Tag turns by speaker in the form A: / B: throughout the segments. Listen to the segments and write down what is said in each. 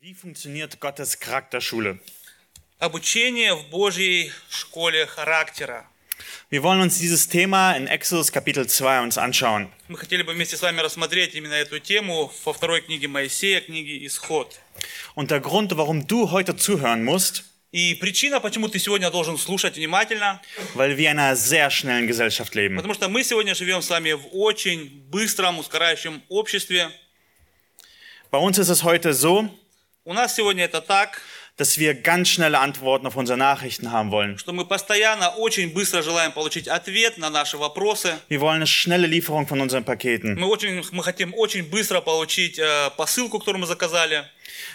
A: Wie funktioniert Gottes Charakterschule?
B: Обучение в Божьей школе характера.
A: Wir wollen uns dieses Thema in Exodus Kapitel 2 uns anschauen.
B: Мы хотели бы вместе с вами рассмотреть именно эту тему во второй книге Моисея, книге «Исход».
A: Und der Grund, warum du heute zuhören musst,
B: И причина, почему ты сегодня должен слушать внимательно,
A: weil wir in einer sehr schnellen Gesellschaft leben.
B: потому что мы сегодня живем с вами в очень быстром, ускоряющем обществе.
A: Bei uns ist es heute so,
B: У нас сегодня это так,
A: dass wir ganz schnelle Antworten auf unsere Nachrichten haben wollen.
B: что мы постоянно очень быстро желаем получить ответ на наши вопросы.
A: Wir wollen eine schnelle Lieferung von unseren Paketen.
B: Мы, очень, мы хотим очень быстро получить э, посылку, которую мы заказали.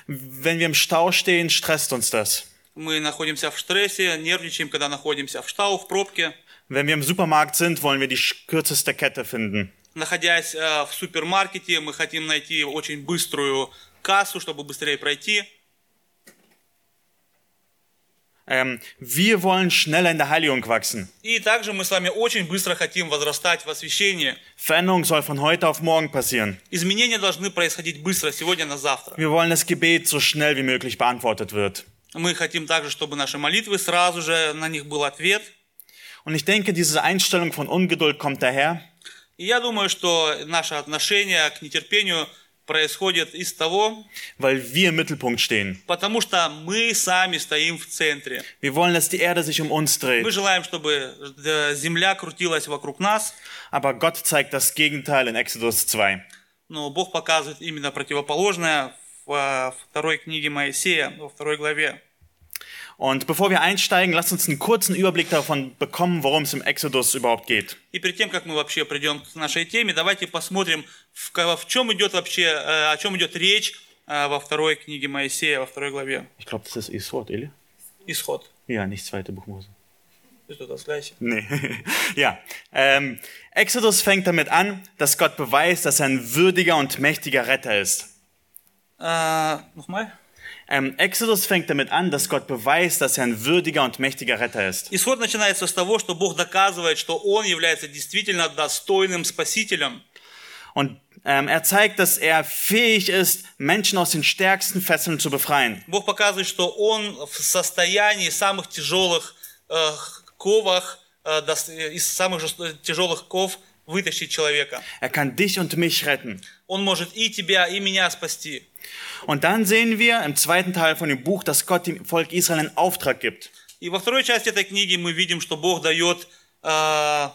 A: Wenn wir im Stau stehen, stresst uns das.
B: Мы находимся в стрессе, нервничаем, когда находимся в штау, в пробке.
A: Wenn wir im Supermarkt sind, wollen wir die sch- kürzeste Kette finden.
B: Находясь э, в супермаркете, мы хотим найти очень быструю кассу, чтобы быстрее пройти.
A: Ähm, wir wollen schneller in der Heiligung wachsen.
B: И также мы с вами очень быстро хотим возрастать в освещении.
A: Veränderung soll von heute auf morgen passieren.
B: Изменения должны происходить быстро, сегодня на завтра.
A: Wir wollen das Gebet so schnell wie möglich beantwortet wird.
B: Мы хотим также, чтобы наши молитвы сразу же на них был ответ.
A: Und ich denke, diese Einstellung von Ungeduld kommt daher,
B: И я думаю, что наше отношение к нетерпению происходит из того,
A: weil wir im Mittelpunkt stehen.
B: потому что мы сами стоим в центре.
A: Wir wollen, dass die Erde sich um uns
B: Мы
A: dreht.
B: желаем, чтобы э, земля крутилась вокруг нас,
A: Aber Gott zeigt das Gegenteil in Exodus 2.
B: но Бог показывает именно противоположное в э, второй книге Моисея, во второй главе.
A: Und bevor wir einsteigen, lasst uns einen kurzen Überblick davon bekommen, worum es im Exodus überhaupt geht.
B: И перед тем, как мы вообще придем к нашей теме, давайте посмотрим, в, ко- в чем идет вообще, э, о чем идет речь э, во второй книге Моисея, во второй главе.
A: Ich glaube, das ist Eswort, Eli?
B: Исход.
A: Ja, nicht zweite Buch Mose.
B: Ты что-то отвлекся.
A: Nee. ja. Ähm, Exodus fängt damit an, dass Gott beweist, dass er ein würdiger und mächtiger Retter ist.
B: А, Нухмай?
A: Ähm, Exodus fängt damit an, dass Gott beweist, dass er ein würdiger und mächtiger Retter ist.
B: Исход начинается с того, что Бог доказывает, что Он является действительно достойным спасителем.
A: Und ähm, er zeigt, dass er fähig ist, Menschen aus den stärksten Fesseln zu befreien.
B: Бог показывает, что Он в состоянии самых тяжелых э, ковах, э, дос- э, из самых жест- э, тяжелых ков вытащить человека.
A: Er kann dich und mich retten.
B: Он может и тебя, и меня спасти.
A: Und dann sehen wir im zweiten Teil von dem Buch, dass Gott dem Volk Israel einen Auftrag gibt.
B: И во второй части этой книги мы видим, что Бог дает э,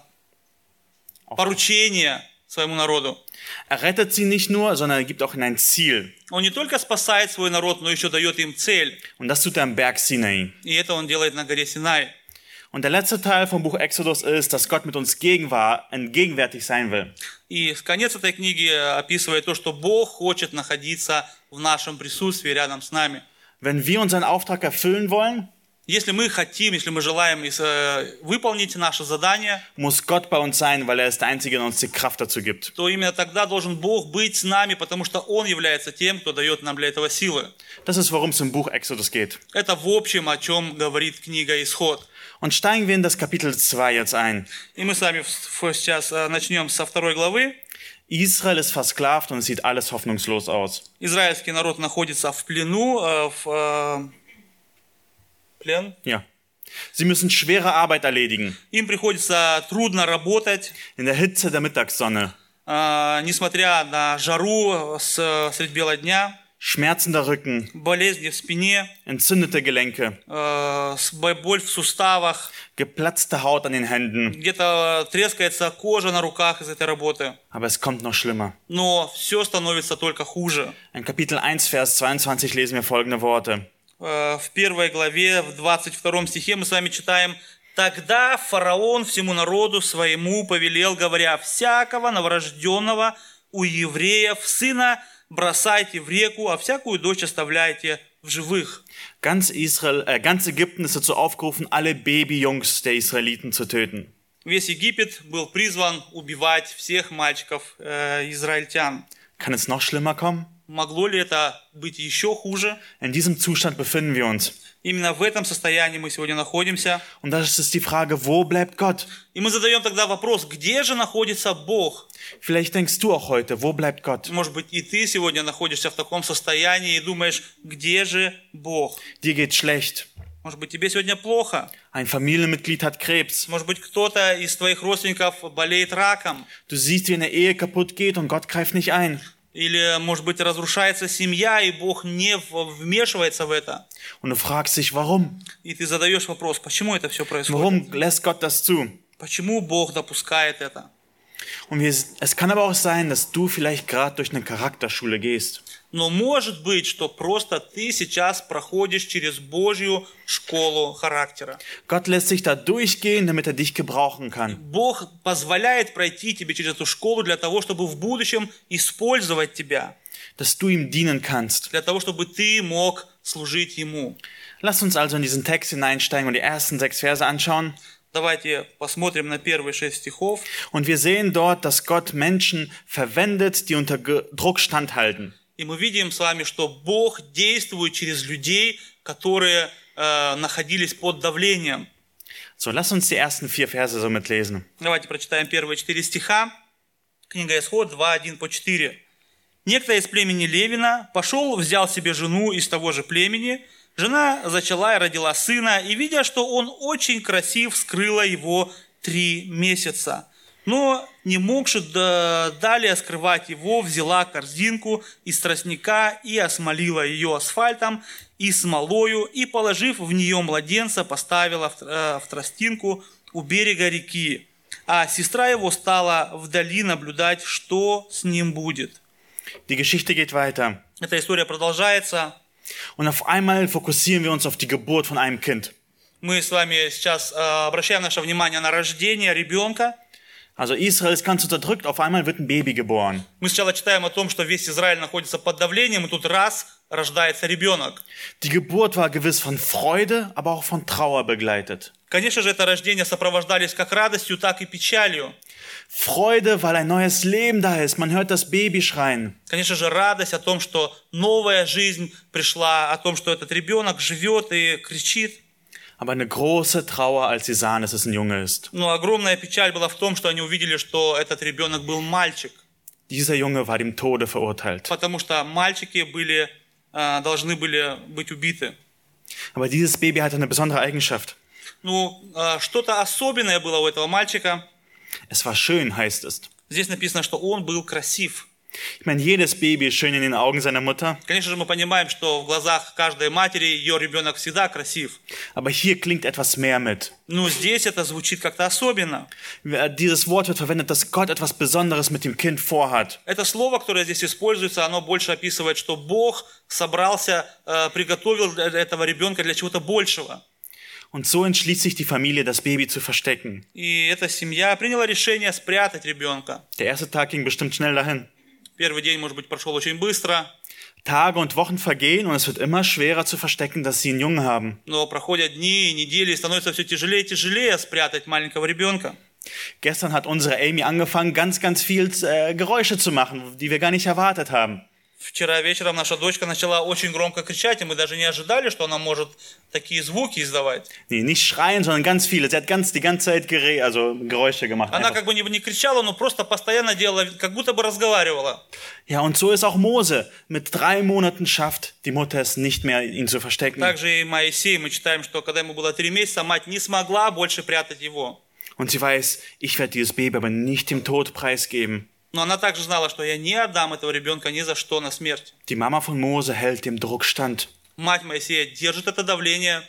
B: поручение своему народу.
A: Er rettet sie nicht nur, sondern er gibt auch ihnen ein Ziel.
B: Он не только спасает свой народ, но еще дает им цель.
A: Und das tut er am Berg Sinai.
B: И это он делает на горе Синай.
A: Und der letzte Teil vom Buch Exodus ist, dass Gott mit uns gegenwar- äh, gegenwärtig sein will.
B: И конец этой книги э, описывает то, что Бог хочет находиться в нашем присутствии рядом с нами.
A: Wenn wir unseren Auftrag erfüllen wollen,
B: Если мы хотим, если мы желаем э, выполнить наше задание,
A: muss Gott bei uns sein, weil er ist der Einzige, der uns die Kraft dazu gibt.
B: то именно тогда должен Бог быть с нами, потому что Он является тем, кто дает нам для этого силы.
A: Das ist, worum es im Buch Exodus geht.
B: Это в общем, о чем говорит книга «Исход».
A: Und steigen wir in das Kapitel 2 jetzt ein.
B: И мы с вами в- в- сейчас э, начнем со второй главы.
A: Israel ist versklavt und es sieht alles hoffnungslos aus.
B: Израильский народ находится в плену, э, в э, плен.
A: Ja. Sie müssen schwere Arbeit erledigen.
B: Им приходится трудно работать,
A: In der Hitze der Mittagssonne.
B: э, несмотря на жару с, э, средь бела дня,
A: Schmerzender Rücken,
B: болезни в спине,
A: entzündete Gelenke,
B: э, с- бо- боль в суставах,
A: geplatzte Haut an den Händen.
B: где-то трескается кожа на руках из этой работы.
A: Aber es kommt noch schlimmer.
B: Но все становится только хуже.
A: In Kapitel 1, Vers 22 lesen wir folgende Worte.
B: Э, В первой главе, в 22 стихе мы с вами читаем «Тогда фараон всему народу своему повелел, говоря, всякого новорожденного у евреев сына бросайте в реку, а всякую дочь оставляйте в живых».
A: Ganz, Israel, äh, ganz Ägypten ist dazu aufgerufen, alle Babyjungs der Israeliten zu töten.
B: Весь Египет был призван убивать всех мальчиков э, израильтян.
A: Kann es noch schlimmer kommen?
B: Могло ли это быть еще хуже?
A: In diesem Zustand befinden wir uns.
B: Именно в этом состоянии мы сегодня находимся.
A: Und das ist die Frage, wo bleibt Gott?
B: И мы задаем тогда вопрос, где же находится Бог?
A: Vielleicht denkst du auch heute, wo bleibt Gott?
B: Может быть, и ты сегодня находишься в таком состоянии и думаешь, где же Бог?
A: Dir geht schlecht.
B: Может быть, тебе сегодня плохо?
A: Ein Familienmitglied hat Krebs.
B: Может быть, кто-то из твоих родственников болеет раком?
A: Du siehst, wie eine Ehe kaputt geht und Gott greift nicht ein.
B: Или, может быть, разрушается семья, и Бог не в- вмешивается в это.
A: Und du fragst dich, warum?
B: И ты задаешь вопрос, почему это все происходит?
A: Warum lässt Gott das zu?
B: Почему Бог допускает это?
A: Und wir, es kann aber auch sein, dass du vielleicht gerade durch eine Charakterschule gehst.
B: Но может быть, что просто ты сейчас проходишь через Божью школу характера.
A: Gott lässt sich da durchgehen, damit er dich gebrauchen kann.
B: Бог позволяет пройти тебе через эту школу для того, чтобы в будущем использовать тебя,
A: Dass du ihm dienen kannst.
B: для того, чтобы ты мог служить Ему.
A: Lass uns also in diesen Text hineinsteigen und die ersten sechs Verse anschauen.
B: Давайте посмотрим на первые шесть стихов.
A: Und wir sehen dort, dass Gott Menschen verwendet, die unter Ge- Druck standhalten.
B: И мы видим с вами, что Бог действует через людей, которые э, находились под давлением.
A: So, lass uns die ersten vier Verse somit lesen.
B: Давайте прочитаем первые четыре стиха. Книга Исход 2.1 по 4. Некто из племени Левина пошел, взял себе жену из того же племени. Жена зачала и родила сына, и, видя, что он очень красив, скрыла его три месяца. Но, не могши да- далее скрывать его, взяла корзинку из тростника и осмолила ее асфальтом и смолою, и, положив в нее младенца, поставила в, тр- э, в тростинку у берега реки. А сестра его стала вдали наблюдать, что с ним будет.
A: Die Geschichte geht weiter.
B: Эта история продолжается.
A: Und auf einmal fokussieren wir uns auf die Geburt von einem Kind.
B: Мы с вами сейчас э, обращаем наше внимание на рождение ребенка.
A: Also Israel ist ganz unterdrückt, auf einmal wird ein Baby geboren.
B: Мы сначала читаем о том, что весь Израиль находится под давлением, и тут раз рождается ребенок.
A: Die Geburt war gewiss von Freude, aber auch von Trauer begleitet.
B: Конечно же, это рождение сопровождались как радостью, так и печалью.
A: Freude, weil ein neues Leben da ist. Man hört das Baby schreien.
B: Конечно же, радость о том, что новая жизнь пришла, о том, что этот ребенок живет и кричит.
A: Aber eine große Trauer, als sie sahen, dass es ein Junge ist.
B: Но огромная печаль была в том, что они увидели, что этот ребенок был мальчик,
A: Dieser Junge war dem Tode verurteilt.
B: потому что мальчики были, э, должны были быть убиты.
A: Aber dieses Baby hatte eine besondere Eigenschaft.
B: Ну, э, что-то особенное было у этого мальчика.
A: Es war schön, heißt es.
B: Здесь написано, что он был красив.
A: Ich meine, jedes Baby ist schön in den Augen seiner Mutter.
B: Конечно же, мы понимаем, что в глазах каждой матери ее ребенок всегда красив.
A: Aber hier klingt etwas mehr mit.
B: Но здесь это звучит как-то особенно.
A: Dieses Wort wird verwendet, dass Gott etwas Besonderes mit dem Kind vorhat.
B: Это слово, которое здесь используется, оно больше описывает, что Бог собрался, э, приготовил для этого ребенка для чего-то большего.
A: Und so entschließt sich die Familie, das Baby zu verstecken.
B: И эта семья приняла решение спрятать ребенка.
A: Der erste Tag ging bestimmt schnell dahin.
B: Первый день, может быть, прошел очень быстро,
A: Tage und Wochen vergehen und es wird immer schwerer zu verstecken, dass sie einen Jungen haben.
B: но проходят дни и недели, и становится все тяжелее и тяжелее спрятать маленького ребенка.
A: Gestern hat unsere Amy angefangen, ganz, ganz viel äh, Geräusche zu machen, die wir gar nicht erwartet haben.
B: Вчера вечером наша дочка начала очень громко кричать, и мы даже не ожидали, что она может такие звуки издавать.
A: Nee, nicht schreien, sondern ganz viele. Sie hat ganz die ganze Zeit Gerä also Geräusche gemacht.
B: Она
A: Einfach.
B: как бы не, не кричала, но просто постоянно делала, вид, как будто бы разговаривала.
A: Ja, und so ist auch Mose. Mit drei Monaten schafft die Mutter es nicht mehr, ihn zu verstecken.
B: Также и Моисей, мы читаем, что когда ему было три месяца, мать не смогла больше прятать его.
A: Und sie weiß, ich werde dieses Baby aber nicht dem Tod preisgeben.
B: Но она также знала, что я не отдам этого ребенка ни за что на смерть.
A: Die Mama von Mose hält dem Druck stand.
B: Мать Моисея держит это давление,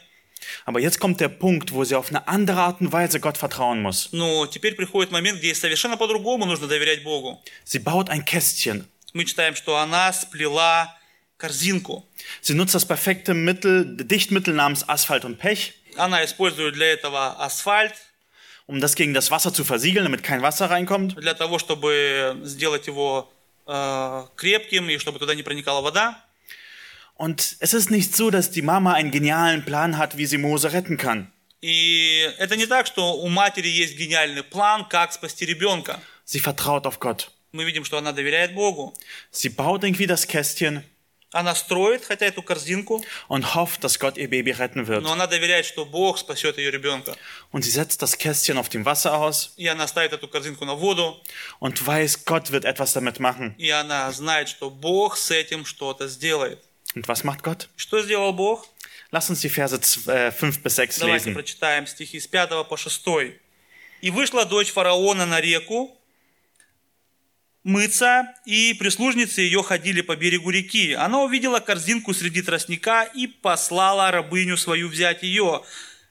A: Aber jetzt kommt der Punkt, wo sie auf eine andere Art und Weise Gott vertrauen muss.
B: но теперь приходит момент, где ей совершенно по-другому нужно доверять Богу.
A: Sie baut ein Kästchen.
B: Мы читаем, что она сплела корзинку.
A: Sie nutzt das perfekte Mittel, Dichtmittel namens Asphalt und Pech,
B: Она использует для этого асфальт,
A: um das gegen das Wasser zu versiegeln, damit kein Wasser reinkommt.
B: для того, чтобы сделать его э, крепким и чтобы туда не проникала вода.
A: Und es ist nicht so, dass die Mama einen genialen Plan hat, wie sie Mose retten kann.
B: И это не так, что у матери есть гениальный план, как спасти ребенка.
A: Sie vertraut auf Gott.
B: мы видим, что она доверяет Богу.
A: Sie baut irgendwie das Kästchen
B: Она строит, хотя эту корзинку,
A: und hofft, dass Gott ihr Baby retten wird.
B: но она доверяет, что Бог спасет ее ребенка.
A: Und sie setzt das Kästchen auf dem Wasser aus
B: И она ставит эту корзинку на воду,
A: und weiß, Gott wird etwas damit machen.
B: и она знает, что Бог с этим что-то сделает.
A: Und was macht Gott?
B: Что сделал Бог?
A: Lass uns die Verse 5 bis 6
B: Давайте
A: lesen.
B: прочитаем стихи с 5 по 6. «И вышла дочь фараона на реку мыться, и прислужницы ее ходили по берегу реки. Она увидела корзинку среди тростника и послала рабыню свою взять ее.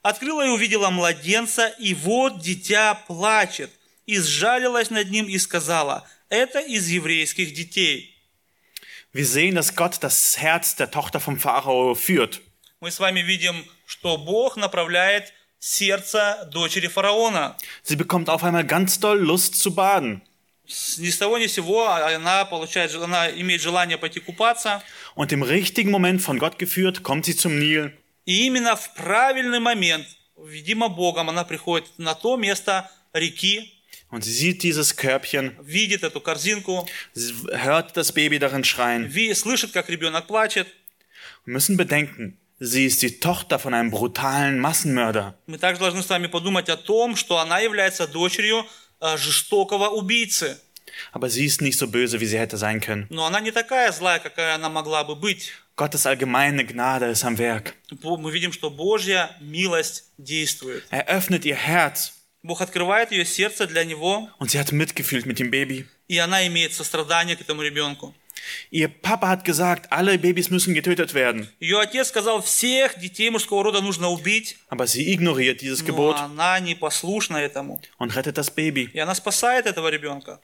B: Открыла и увидела младенца, и вот дитя плачет. И сжалилась над ним и сказала, это из еврейских детей.
A: Wir sehen, dass Gott das Herz der Tochter vom Pharao führt.
B: Мы с вами видим, что Бог направляет сердце дочери фараона.
A: Sie bekommt auf einmal ganz doll Lust zu baden.
B: с- ни с того ни с сего она получает, жел- она имеет желание пойти купаться.
A: Und im richtigen Moment von Gott geführt, kommt sie zum Nil.
B: И именно в правильный момент, видимо Богом, она приходит на то место реки,
A: Und sie sieht dieses Körbchen,
B: видит эту корзинку,
A: sie hört das Baby darin schreien.
B: ви- слышит, как ребенок плачет.
A: Wir müssen bedenken, sie ist die Tochter von einem brutalen Massenmörder.
B: Мы также должны с вами подумать о том, что она является дочерью э, жестокого убийцы.
A: Aber sie ist nicht so böse, wie sie hätte sein können.
B: Но она не такая злая, какая она могла бы быть.
A: Gottes allgemeine Gnade ist am Werk.
B: Бо- Мы видим, что Божья милость действует.
A: Er öffnet ihr Herz
B: Бог открывает ее сердце для него,
A: und sie hat mitgefühlt mit dem Baby.
B: и она имеет сострадание к этому ребенку.
A: Ihr Papa hat gesagt, alle Babys müssen getötet werden.
B: Ее отец сказал, всех детей мужского рода нужно убить,
A: Aber sie ignoriert dieses
B: но
A: Gebot
B: она непослушна этому.
A: und rettet das Baby.
B: И она спасает этого rебенка.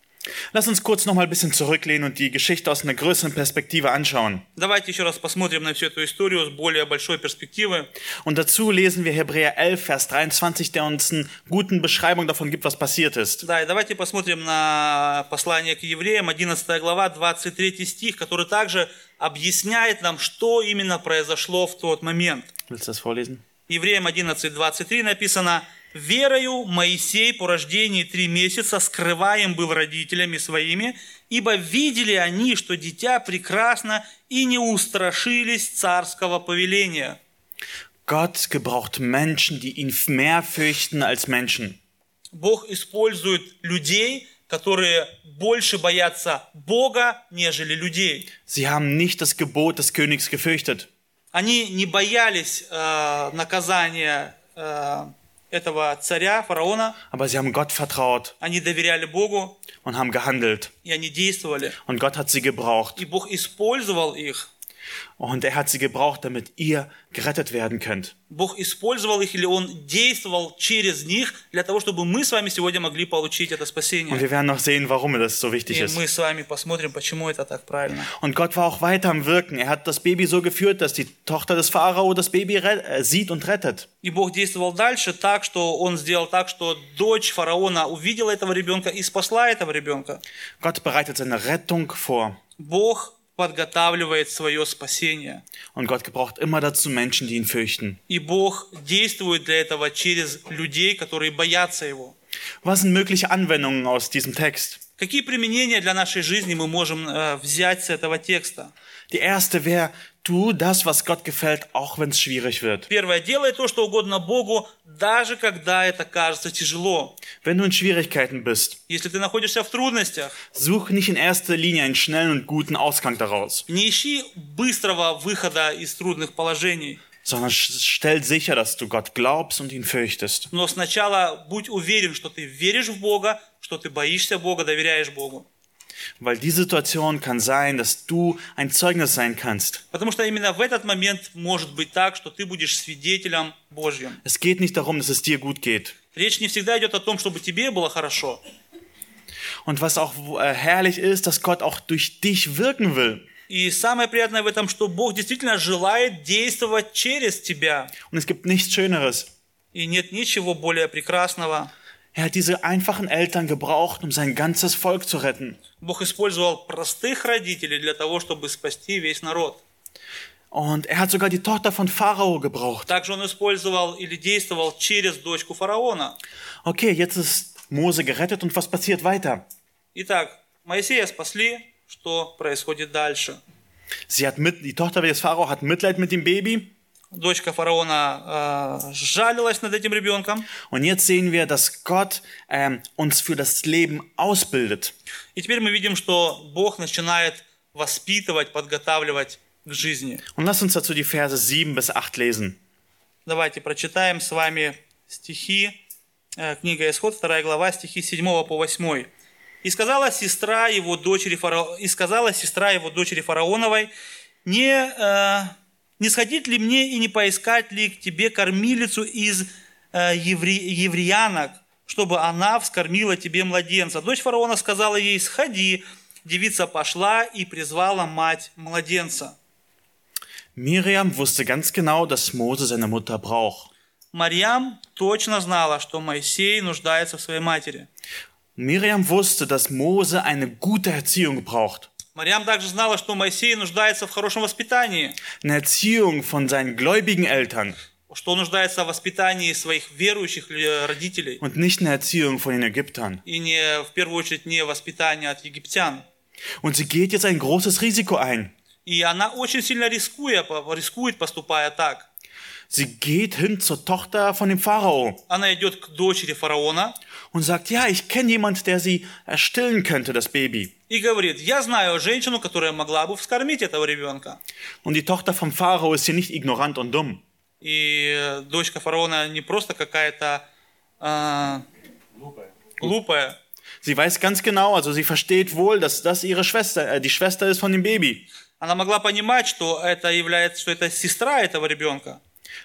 A: Lass uns kurz nochmal ein bisschen zurücklehnen und die Geschichte aus einer größeren Perspektive anschauen.
B: Давайте еще раз посмотрим на всю эту историю с более большой перспективы.
A: Und dazu lesen wir Hebräer 11, Vers 23, der uns eine guten Beschreibung davon gibt, was passiert ist.
B: Да, и давайте посмотрим на послание к евреям, 11 глава, 23 стих, который также объясняет нам, что именно произошло в тот момент.
A: Willst du das vorlesen?
B: Евреям 11.23 написано «Верою Моисей по рождении три месяца скрываем был родителями своими, ибо видели они, что дитя прекрасно, и не устрашились царского повеления».
A: Gott gebraucht Menschen, die ihn mehr fürchten als Menschen.
B: Бог использует людей, которые больше боятся Бога, нежели людей.
A: Sie haben nicht das Gebot des Königs gefürchtet.
B: Они не боялись э, наказания э, этого царя, фараона,
A: Aber sie haben Gott vertraut
B: они доверяли Богу,
A: und haben gehandelt.
B: и они действовали.
A: Und Gott hat sie gebraucht.
B: И Бог использовал их.
A: Und er hat sie gebraucht, damit ihr gerettet werden könnt.
B: Бог использовал их или Он действовал через них для того, чтобы мы с вами сегодня могли получить это
A: Und
B: спасение.
A: wir werden noch sehen, warum das so wichtig
B: И
A: ist.
B: мы с вами посмотрим, почему это так правильно.
A: Und Gott war auch weiter am Wirken. Er hat das Baby so geführt, dass die Tochter des Pharao das Baby re- äh, sieht und rettet.
B: И Бог действовал дальше так, что Он сделал так, что дочь фараона увидела этого ребенка и спасла этого ребенка.
A: Gott bereitet seine Rettung vor.
B: Бог подготавливает свое спасение.
A: Und Gott gebraucht immer dazu Menschen, die ihn fürchten.
B: И Бог действует для этого через людей, которые боятся Его.
A: Was sind mögliche Anwendungen aus diesem Text?
B: Какие применения для нашей жизни мы можем э, взять с этого текста?
A: Die erste wäre, tu das, was Gott gefällt, auch wenn es schwierig wird.
B: Первое, делай то, что угодно Богу, даже когда это кажется тяжело.
A: Wenn du in Schwierigkeiten bist,
B: Если ты находишься в трудностях,
A: such nicht in erster Linie einen schnellen und guten Ausgang daraus,
B: не ищи быстрого выхода из трудных положений,
A: sondern sch- stell sicher, dass du Gott glaubst und ihn fürchtest.
B: но сначала будь уверен, что ты веришь в Бога, что ты боишься Бога, доверяешь Богу.
A: Weil die Situation kann sein, dass du ein Zeugnis sein kannst.
B: Потому что именно в этот момент может быть так, что ты будешь свидетелем Божьим.
A: Es geht nicht darum, dass es dir gut geht.
B: Речь не всегда идет о том, чтобы тебе было хорошо.
A: Und was auch äh, herrlich ist, dass Gott auch durch dich wirken will.
B: И самое приятное в этом, что Бог действительно желает действовать через тебя.
A: Und es gibt nichts Schöneres.
B: И нет ничего более прекрасного,
A: Er hat diese einfachen Eltern gebraucht, um sein ganzes Volk zu retten.
B: Бог использовал простых родителей для того, чтобы спасти весь народ.
A: Und er hat sogar die Tochter von Pharao gebraucht.
B: Также он использовал или действовал через дочку фараона.
A: Okay, jetzt ist Mose gerettet und was passiert weiter?
B: Итак, м, Моисея спасли, что происходит дальше?
A: Sie hat mit, die Tochter des Pharao hat Mitleid mit dem Baby.
B: Дочка фараона э, жалилась над этим ребенком.
A: Und jetzt sehen wir, dass Gott ähm, uns für das Leben ausbildet.
B: И теперь мы видим, что Бог начинает воспитывать, подготавливать к жизни.
A: Und lasst uns dazu die Verse 7 bis 8 lesen.
B: Давайте прочитаем с вами стихи, э, книга Исход, 2 глава, стихи с 7 по 8. «И сказала сестра его дочери, фара... и сказала сестра его дочери фараоновой, не, э, не сходить ли мне и не поискать ли к тебе кормилицу из э, евре... евреянок, чтобы она вскормила тебе младенца. Дочь фараона сказала ей, сходи. Девица пошла и призвала мать младенца.
A: Miriam wusste ganz genau, dass Mose seine Mutter braucht.
B: Марьям точно знала, что Моисей нуждается в своей матери.
A: Miriam wusste, dass Mose eine gute Erziehung braucht.
B: Марьям также знала, что Моисей нуждается в хорошем воспитании,
A: Eine Erziehung von seinen gläubigen Eltern
B: что он нуждается в воспитании своих верующих э, родителей,
A: und nicht eine Erziehung von den Ägyptern.
B: и не, в первую очередь не воспитание от египтян.
A: Und sie geht jetzt ein großes Risiko ein.
B: И она очень сильно рискуя, по- рискует, поступая так.
A: Sie geht hin zur Tochter von dem Pharao
B: Она идет к дочери фараона
A: und sagt, ja, ich kenne jemand, der sie erstillen könnte, das Baby.
B: и говорит, я знаю женщину, которая могла бы вскормить этого ребенка.
A: Und die Tochter vom Pharao ist hier nicht ignorant und dumm.
B: И э, дочка фараона не просто какая-то а, глупая.
A: Sie weiß ganz genau, also sie versteht wohl, dass das ihre Schwester, äh, die Schwester ist von dem Baby.
B: Она могла понимать, что это является, что это сестра этого ребенка.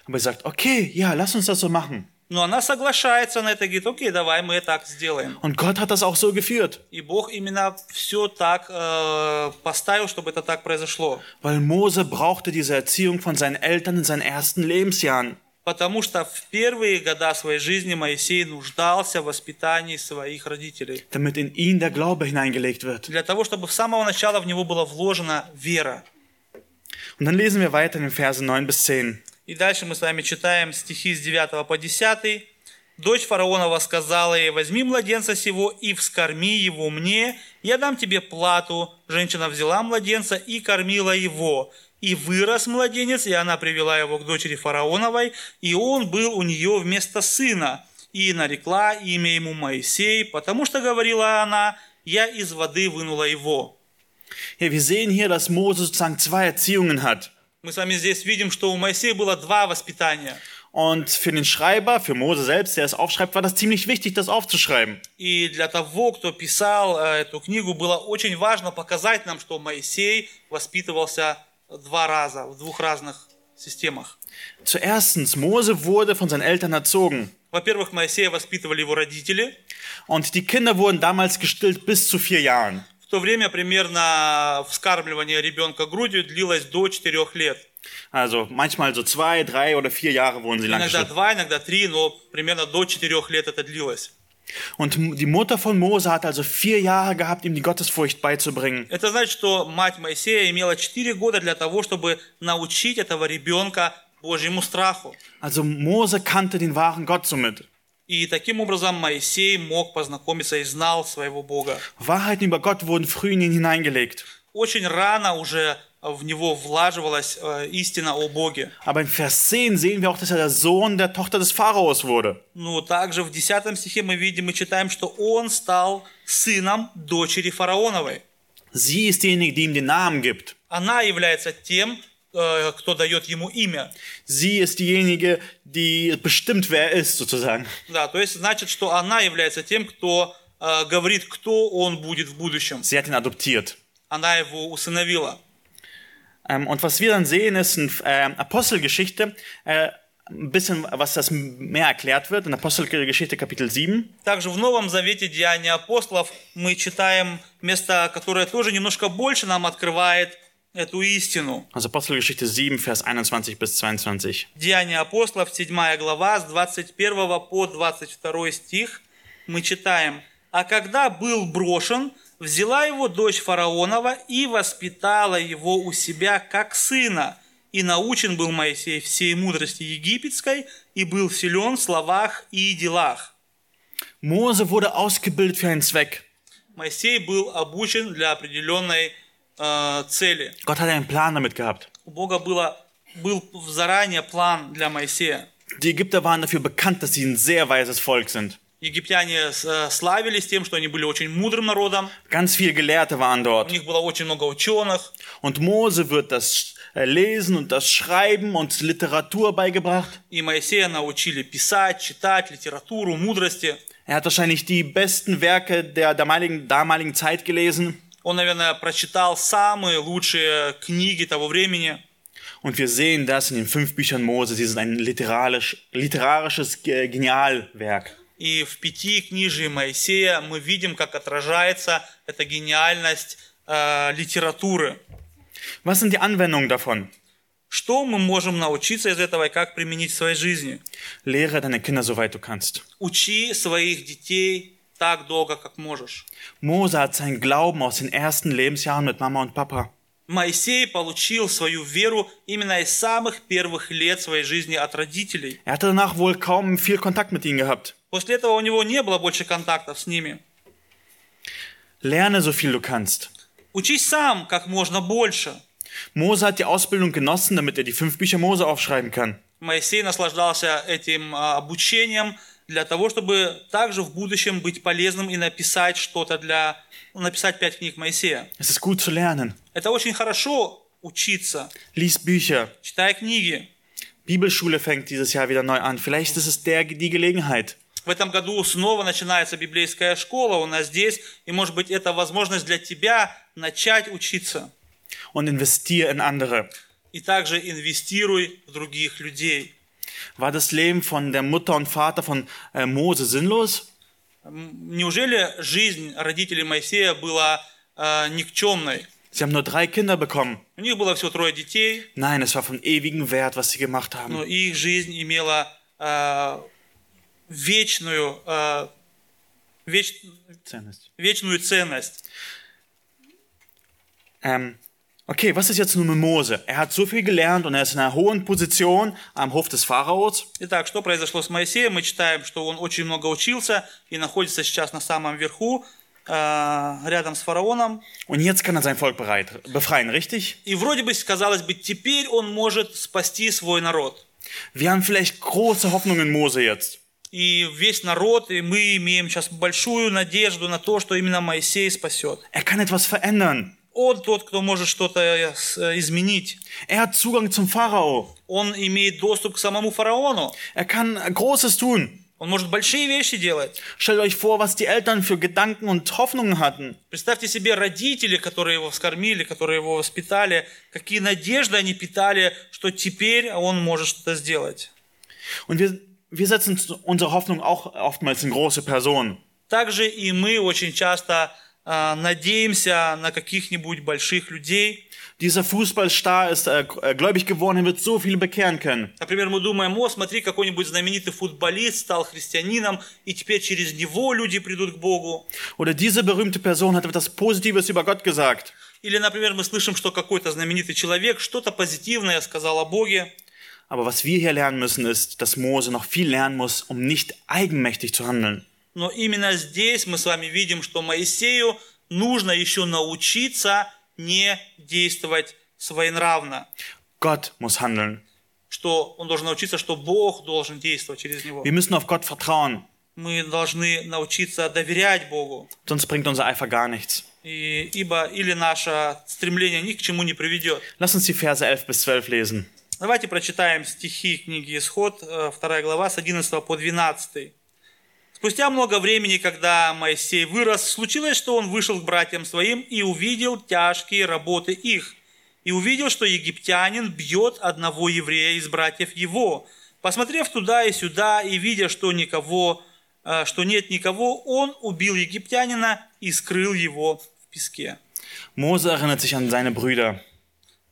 A: Aber sie sagt, okay, ja, lass uns das so machen.
B: Но она соглашается на это и говорит, окей, давай мы так сделаем.
A: Und Gott hat das auch so geführt,
B: И Бог именно все так э, поставил, чтобы это так произошло.
A: weil Mose brauchte diese Erziehung von seinen Eltern in seinen ersten Lebensjahren.
B: Потому что в первые года своей жизни Моисей нуждался в воспитании своих родителей.
A: damit in ihn der Glaube hineingelegt wird.
B: Для того, чтобы с самого начала в него была вложена вера.
A: Und dann lesen wir weiter in den Versen 9 bis 10.
B: И дальше мы с вами читаем стихи с 9 по 10. «Дочь фараонова сказала ей, возьми младенца сего и вскорми его мне, я дам тебе плату». Женщина взяла младенца и кормила его. И вырос младенец, и она привела его к дочери фараоновой, и он был у нее вместо сына. И нарекла имя ему Моисей, потому что, говорила она, я из воды вынула его.
A: Ja, wir sehen hier, dass Mose sozusagen zwei Erziehungen hat.
B: Мы с вами здесь видим, что у Моисея было два воспитания –
A: Und für den Schreiber, für Mose selbst, der es aufschreibt, war das ziemlich wichtig, das aufzuschreiben.
B: И для того, кто писал э, эту книгу, было очень важно показать нам, что Моисей воспитывался два раза, в двух разных системах.
A: Zuerstens, Mose wurde von seinen Eltern erzogen.
B: Во-первых, Моисея воспитывали его родители.
A: Und die Kinder wurden damals gestillt bis zu vier Jahren.
B: В то время примерно вскармливание ребенка грудью длилось до 4 лет.
A: Also manchmal so zwei, drei oder vier Jahre wurden sie lang
B: Иногда
A: gestillt.
B: 2, иногда 3, но примерно до 4 лет это длилось.
A: Und die Mutter von Mose hat also vier Jahre gehabt, ihm die Gottesfurcht beizubringen.
B: Это значит, что мать Моисея имела 4 года для того, чтобы научить этого ребенка Божьему страху.
A: Also Mose kannte den wahren Gott somit.
B: И таким образом Моисей мог познакомиться и знал своего Бога.
A: Wahrheiten über Gott wurden früh in ihn hineingelegt.
B: Очень рано уже в него влаживалась э, истина о Боге.
A: Aber in Vers 10 sehen wir auch, dass er der Sohn der Tochter des Pharaos wurde.
B: Но также в 10 стихе мы видим и читаем, что он стал сыном дочери фараоновой.
A: Sie ist diejenige, die ihm den Namen gibt.
B: Она является тем, э, кто дает ему имя.
A: Sie ist diejenige, die bestimmt, wer er ist, sozusagen.
B: Да, то есть значит, что она является тем, кто э, говорит, кто он будет в будущем.
A: Sie hat ihn adoptiert.
B: Она его усыновила.
A: Ähm, und was wir dann sehen, ist in äh, Apostelgeschichte äh, ein bisschen, was das mehr erklärt wird, in Apostelgeschichte Kapitel 7.
B: Также в Новом Завете Деяния апостолов мы читаем место, которое тоже немножко больше нам открывает эту истину.
A: Also Apostelgeschichte 7, Vers 21 bis 22.
B: Деяния апостолов, 7 глава, с 21 по 22 стих мы читаем. «А когда был брошен, взяла его дочь фараонова и воспитала его у себя как сына. И научен был Моисей всей мудрости египетской, и был силен в словах и делах».
A: Mose wurde ausgebildet für einen Zweck.
B: Моисей был обучен для определенной э, цели.
A: Gott hat einen Plan damit gehabt.
B: У Бога было, был заранее план для Моисея.
A: Die Ägypter waren dafür bekannt, dass sie ein sehr weises Volk sind.
B: Египтяне э, славились тем, что они были очень мудрым народом,
A: Ganz viele Gelehrte waren
B: у
A: dort.
B: них было очень много ученых.
A: Und Mose wird das äh, Lesen und das Schreiben und Literatur beigebracht.
B: И Моисея научили писать, читать, литературу, мудрости.
A: Er hat wahrscheinlich die besten Werke der damaligen, damaligen Zeit gelesen.
B: Он, наверное, прочитал самые лучшие книги того времени.
A: Und wir sehen das in den fünf Büchern Mose. Sie sind ein literarisch, literarisches äh, Genialwerk.
B: И в пяти книжии Моисея мы видим, как отражается эта гениальность э, литературы.
A: Was sind die Anwendungen davon?
B: Что мы можем научиться из этого и как применить в своей жизни?
A: Lehre deine Kinder, soweit du kannst.
B: Учи своих детей так долго, как можешь.
A: Mose hat seinen Glauben aus den ersten Lebensjahren mit Mama und Papa.
B: Моисей получил свою веру именно из самых первых лет своей жизни от родителей.
A: Er hatte danach wohl kaum viel Kontakt mit ihnen gehabt.
B: После этого у него не было больше контактов с ними.
A: Lerne so viel du kannst.
B: Учись сам как можно больше.
A: Mose hat die Ausbildung genossen, damit er die fünf Bücher Mose aufschreiben kann.
B: Моисей наслаждался этим а, обучением для того, чтобы также в будущем быть полезным и написать что-то для... ну, написать пять книг Моисея.
A: Es ist gut zu lernen.
B: Это очень хорошо учиться,
A: Lies Bücher.
B: читая книги.
A: Bibelschule fängt dieses Jahr wieder neu an. Vielleicht ist es der, die Gelegenheit.
B: В этом году снова начинается библейская школа у нас здесь, и, может быть, это возможность для тебя начать учиться.
A: Und investier in andere.
B: И также инвестируй в других людей.
A: War das Leben von der Mutter und Vater von äh, Mose sinnlos?
B: М, Неужели жизнь родителей Моисея была э, никчемной?
A: Sie haben nur drei Kinder bekommen.
B: У них было всего трое детей,
A: Nein, es war von ewigem Wert, was sie gemacht haben.
B: но их жизнь имела э, вечную, э, веч- вечную ценность.
A: Ähm, okay, was ist jetzt nun mit Mose? Er hat so viel gelernt und er ist in einer hohen Position am Hof des Pharaos.
B: Итак, что произошло с Моисеем? Мы читаем, что он очень много учился и находится сейчас на самом верху, э, рядом с фараоном.
A: Und jetzt kann er sein Volk bereit, befreien, richtig?
B: И вроде бы, казалось бы, теперь он может спасти свой народ.
A: Wir haben vielleicht große Hoffnung in Mose jetzt.
B: И весь народ, и мы имеем сейчас большую надежду на то, что именно Моисей спасет.
A: Er kann etwas verändern.
B: Он тот, кто может что-то э, с- э, изменить.
A: Er hat Zugang zum Pharao.
B: Он имеет доступ к самому фараону.
A: Er kann Großes tun.
B: Он может большие вещи делать.
A: Stellt euch vor, was die Eltern für Gedanken und Hoffnungen hatten.
B: Представьте себе родители, которые его вскормили, которые его воспитали, какие надежды они питали, что теперь он может что-то сделать.
A: Und wir, wir setzen unsere Hoffnung auch oftmals in große Personen.
B: Также и мы очень часто а, надеемся на каких-нибудь больших людей.
A: Dieser Fußballstar ist äh, gr- äh, gläubig geworden, er wird so viele bekehren können.
B: Например, мы думаем, о, смотри, какой-нибудь знаменитый футболист стал христианином, и теперь через него люди придут к Богу.
A: Oder diese berühmte Person hat etwas Positives über Gott gesagt.
B: Или, например, мы слышим, что какой-то знаменитый человек что-то позитивное сказал о Боге.
A: Aber was wir hier lernen müssen, ist, dass Mose noch viel lernen muss, um nicht eigenmächtig zu handeln.
B: Но именно здесь мы с вами видим, что Моисею нужно еще научиться не действовать своенравно.
A: Gott muss handeln.
B: Что он должен научиться, что Бог должен действовать через него.
A: Wir müssen auf Gott vertrauen,
B: Мы должны научиться доверять Богу,
A: sonst bringt unser Eifer gar nichts.
B: и, ибо или наше стремление ни к чему не приведет.
A: Lass uns die Verse 11 bis 12 lesen.
B: Давайте прочитаем стихи книги Исход, 2 глава, с 11 по 12. Спустя много времени, когда Моисей вырос, случилось, что он вышел к братьям своим и увидел тяжкие работы их. И увидел, что египтянин бьет одного еврея из братьев его. Посмотрев туда и сюда и видя, что никого, э, что нет никого, он убил египтянина и скрыл его в песке.
A: Mose erinnert sich an seine Brüder.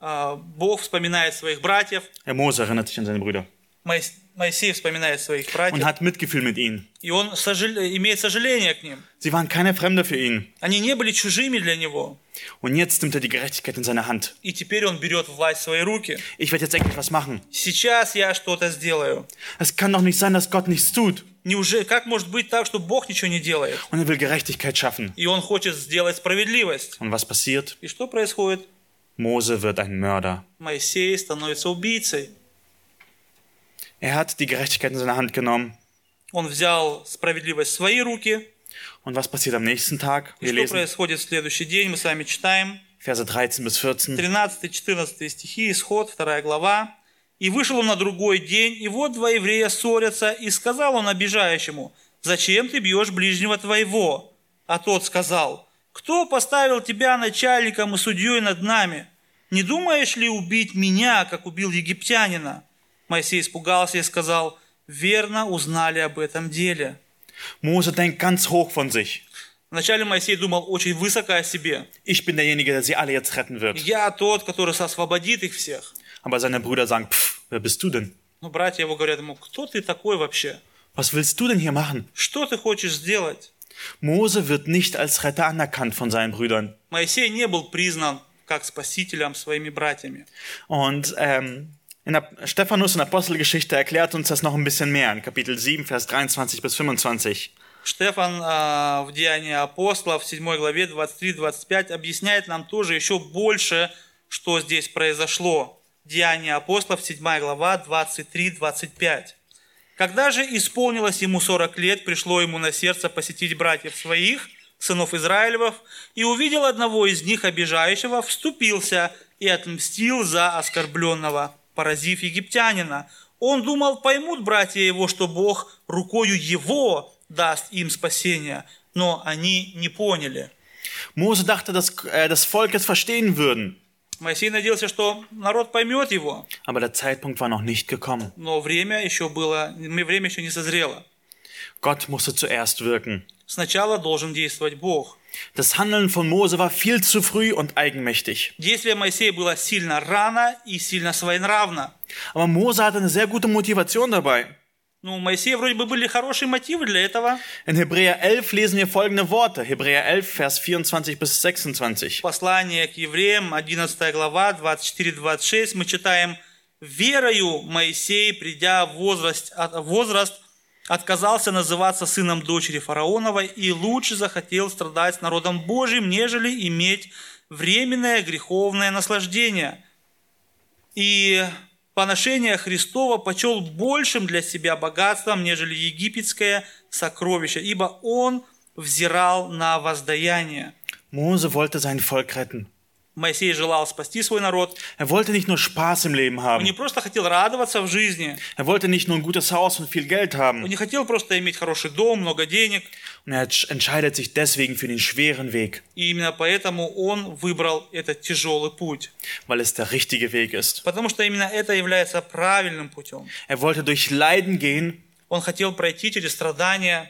B: Э, Бог вспоминает своих братьев,
A: Äh, Mose erinnert sich an seine Brüder.
B: Моис- Моисей вспоминает своих
A: Und
B: братьев.
A: hat Mitgefühl mit ihnen.
B: И он сожале- имеет сожаление к ним.
A: Sie waren keine Fremde für ihn.
B: Они не были чужими для него.
A: Und jetzt nimmt er die Gerechtigkeit in seine Hand.
B: И теперь он берет власть в свои руки.
A: Ich werde jetzt endlich was machen.
B: Сейчас я что-то сделаю.
A: Es kann doch nicht sein, dass Gott nichts tut.
B: Неужели, как может быть так, что Бог ничего не делает?
A: Und er will Gerechtigkeit schaffen.
B: И он хочет сделать справедливость.
A: Und was passiert?
B: И что происходит?
A: Mose wird ein Mörder.
B: Моисей становится убийцей.
A: Er hat die Gerechtigkeit in seine Hand genommen.
B: Он взял справедливость в свои руки.
A: Und was passiert am nächsten Tag?
B: И
A: Wir
B: что
A: lesen
B: происходит в следующий день, мы с вами читаем.
A: Verse 13 bis 14.
B: 13-14 стихи, исход, 2 глава. «И вышел он на другой день, и вот два еврея ссорятся, и сказал он обижающему, «Зачем ты бьешь ближнего твоего?» А тот сказал, «Кто поставил тебя начальником и судьей над нами? Не думаешь ли убить меня, как убил египтянина?» Моисей испугался и сказал, «Верно узнали об этом деле».
A: Mose denkt ganz hoch von sich.
B: Вначале Моисей думал очень высоко о себе.
A: Ich bin derjenige, der sie alle jetzt retten wird.
B: «Я тот, который освободит их всех».
A: Aber seine Brüder sagen, pff, wer bist du denn?
B: Но Ну, братья его говорят ему, кто ты такой вообще?
A: Was willst du denn hier machen?
B: Что ты хочешь сделать?
A: Mose wird nicht als Retter anerkannt von seinen Brüdern.
B: Моисей не был признан как спасителем своими братьями.
A: Und ähm, in der, Stephanus in der Apostelgeschichte erklärt uns das noch ein bisschen mehr in Kapitel 7, Vers 23 bis 25.
B: Штефан а, в Деянии апостолов, в 7 главе 23-25, объясняет нам тоже еще больше, что здесь произошло. Деяния апостолов, 7 глава 23-25. Когда же исполнилось ему 40 лет, пришло ему на сердце посетить братьев своих, сынов Израилевов, и увидел одного из них обижающего, вступился и отмстил за оскорбленного, поразив египтянина. Он думал, поймут братья его, что Бог рукою его даст им спасение, но они не поняли.
A: Mose dachte, dass äh, das Volk es verstehen würden,
B: Моисей надеялся, что народ поймет его,
A: aber der Zeitpunkt war noch nicht gekommen.
B: но время еще было, время еще не созрело.
A: Gott musste zuerst wirken.
B: Сначала должен действовать Бог –
A: Das Handeln von Mose war viel zu früh und eigenmächtig.
B: Действие Моисея было сильно рано и сильно своенравно.
A: Aber Mose hatte eine sehr gute Motivation dabei.
B: Ну, у Моисея вроде бы были хорошие мотивы для этого.
A: In Hebräer 11 lesen wir folgende Worte. Hebräer 11, Vers 24 bis 26.
B: Послание к евреям, 11 глава, 24-26, мы читаем «Верою Моисей, придя в возраст, от- в возраст, отказался называться сыном дочери фараоновой и лучше захотел страдать с народом Божьим, нежели иметь временное греховное наслаждение». и поношение Христова почел большим для себя богатством, нежели египетское сокровище, ибо он взирал на воздаяние.
A: Mose wollte sein Volk retten.
B: Моисей желал спасти свой народ.
A: Er wollte nicht nur Spaß im Leben
B: Он не
A: haben.
B: просто хотел радоваться в жизни,
A: Er wollte nicht nur ein gutes Haus und viel Geld haben.
B: он не хотел просто иметь хороший дом, много денег,
A: Und er entsch- entscheidet sich deswegen für den schweren Weg,
B: и именно поэтому он выбрал этот тяжелый путь.
A: weil es der richtige Weg ist.
B: Потому что именно это является правильным путем.
A: Er wollte durch Leiden gehen,
B: Он хотел пройти через страдания,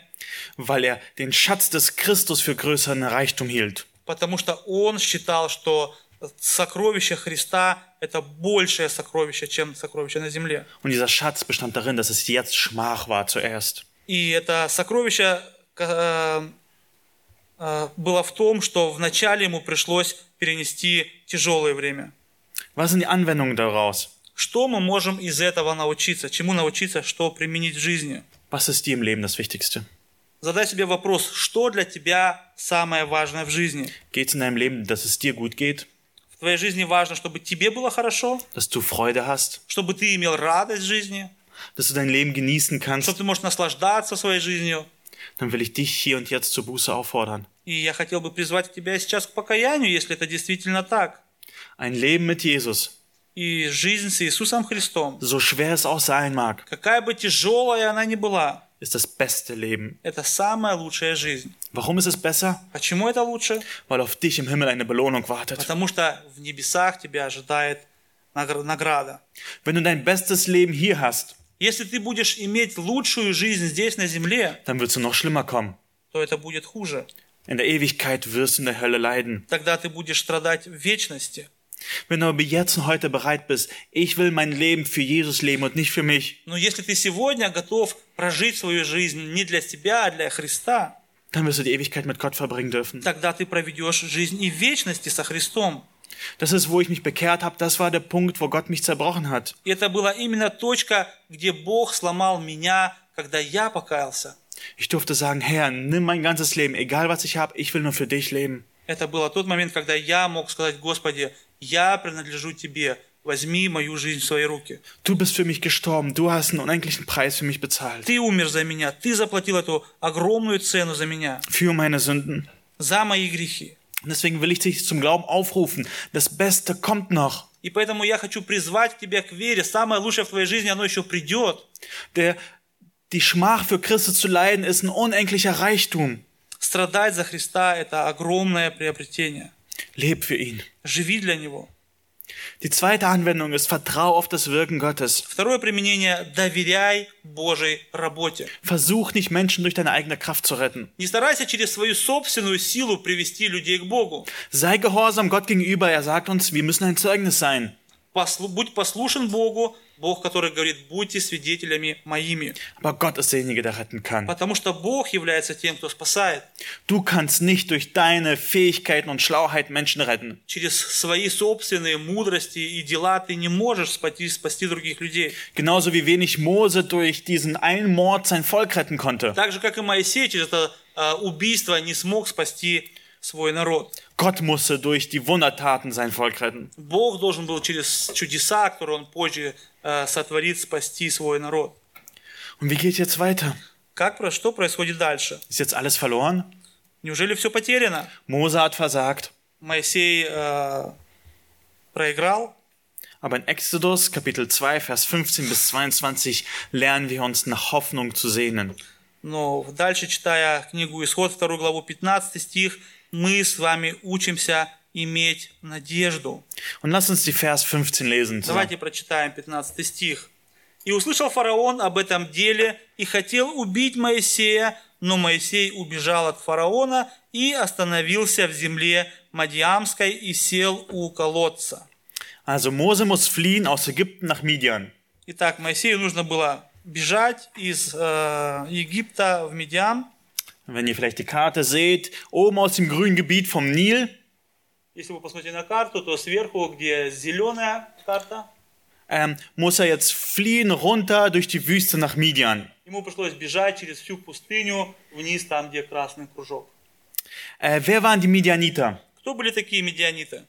A: weil er den Schatz des Christus für größeren Reichtum hielt.
B: потому что он считал, что сокровище Христа – это большее сокровище, чем сокровище на земле.
A: Und dieser Schatz bestand darin, dass es jetzt Schmach war zuerst.
B: И это сокровище э, э, было в том, что вначале ему пришлось перенести тяжелое время.
A: Was sind die Anwendungen daraus?
B: Что мы можем из этого научиться? Чему научиться, что применить в жизни?
A: Was ist dir im Leben das Wichtigste?
B: Задай себе вопрос, что для тебя самое важное в жизни?
A: Geht es in deinem Leben, dass es dir gut geht,
B: В твоей жизни важно, чтобы тебе было хорошо,
A: dass du Freude hast,
B: чтобы ты имел радость в жизни,
A: dass du dein Leben genießen
B: чтобы
A: kannst?
B: ты можешь наслаждаться своей жизнью,
A: Dann will ich dich hier und jetzt zur Buße auffordern.
B: И я хотел бы призвать тебя сейчас к покаянию, если это действительно так.
A: Ein Leben mit Jesus,
B: И жизнь с Иисусом Христом,
A: so schwer es auch sein mag,
B: какая бы тяжелая она ни была,
A: ist das beste Leben.
B: это самая лучшая жизнь.
A: Warum ist es besser?
B: Почему это лучше?
A: Weil auf dich im Himmel eine Belohnung wartet.
B: Потому что в небесах тебя ожидает нагр- награда.
A: Wenn du dein bestes Leben hier hast,
B: Если ты будешь иметь лучшую жизнь здесь на земле,
A: dann wird es noch schlimmer kommen.
B: то это будет хуже.
A: In der Ewigkeit wirst du in der Hölle leiden.
B: Тогда ты будешь страдать в вечности.
A: Wenn du aber jetzt und heute bereit bist, ich will mein Leben für Jesus leben und nicht für mich,
B: Но если ты сегодня готов прожить свою жизнь не для себя, а для Христа,
A: dann wirst du die Ewigkeit mit Gott verbringen dürfen.
B: тогда ты проведешь жизнь и в вечности со Христом.
A: Das ist, wo ich mich bekehrt habe. Das war der Punkt, wo Gott mich zerbrochen hat.
B: И это была именно точка, где Бог сломал меня, когда я покаялся.
A: Ich durfte sagen, Herr, nimm mein ganzes Leben, egal was ich habe, ich will nur für dich leben.
B: Это был тот момент, когда я мог сказать, Господи, я принадлежу Тебе, возьми мою жизнь в свои руки.
A: Du bist für mich gestorben, du hast einen unendlichen Preis für mich bezahlt.
B: Ты умер за меня, Ты заплатил эту огромную цену за меня,
A: Für meine Sünden.
B: за мои грехи.
A: Und deswegen will ich dich zum Glauben aufrufen. Das Beste kommt noch.
B: И поэтому я хочу призвать тебя к вере. Самое лучшее в твоей жизни, оно еще придет.
A: Der, die Schmach für Christus zu leiden ist ein unendlicher Reichtum.
B: Страдать за Христа – это огромное приобретение.
A: Leb für ihn.
B: Живи для Него.
A: Die zweite Anwendung ist, vertrau auf das Wirken Gottes.
B: Второе применение – доверяй Божьей работе.
A: Versuch nicht, Menschen durch deine eigene Kraft zu retten.
B: Не старайся через свою собственную силу привести людей к Богу.
A: Sei gehorsam Gott gegenüber. Er sagt uns, wir müssen ein Zeugnis sein.
B: Послу- будь послушен Богу, Бог, который говорит, будьте свидетелями моими.
A: Aber Gott ist derjenige, der retten kann.
B: Потому что Бог является тем, кто спасает.
A: Du kannst nicht durch deine Fähigkeiten und Schlauheit Menschen retten.
B: Через свои собственные мудрости и дела ты не можешь спасти, спасти других людей.
A: Genauso wie wenig Mose durch diesen einen Mord sein Volk retten konnte.
B: Так же, как и Моисей через это а, убийство не смог спасти свой народ.
A: Gott musste durch die Wundertaten sein Volk retten.
B: Бог должен был через чудеса, которые он позже а, сотворит, спасти свой народ.
A: Und wie geht jetzt weiter?
B: Как, про- что происходит дальше?
A: Ist jetzt alles verloren?
B: Неужели все потеряно?
A: Mose hat versagt.
B: Моисей а, проиграл.
A: Aber in Exodus Kapitel 2, Vers 15 bis 22 lernen wir uns nach Hoffnung zu sehnen.
B: Но дальше, читая книгу Исход, 2 главу, 15 стих, мы с вами учимся иметь надежду.
A: Und lass uns die Vers 15 lesen. zusammen.
B: Давайте прочитаем 15 стих. «И услышал фараон об этом деле и хотел убить Моисея, но Моисей убежал от фараона и остановился в земле Мадиамской и сел у колодца».
A: Also Mose muss fliehen aus Ägypten nach Midian.
B: Итак, Моисею нужно было бежать из э, Египта в Медиам.
A: Wenn ihr vielleicht die Karte seht, oben aus dem grünen Gebiet vom Nil,
B: Если вы посмотрите на карту, то сверху, где зеленая карта,
A: ähm, muss er jetzt fliehen runter durch die Wüste nach Midian.
B: ему пришлось бежать через всю пустыню вниз, там, где красный кружок.
A: Äh, wer waren die Midianiter?
B: Кто были такие медианиты?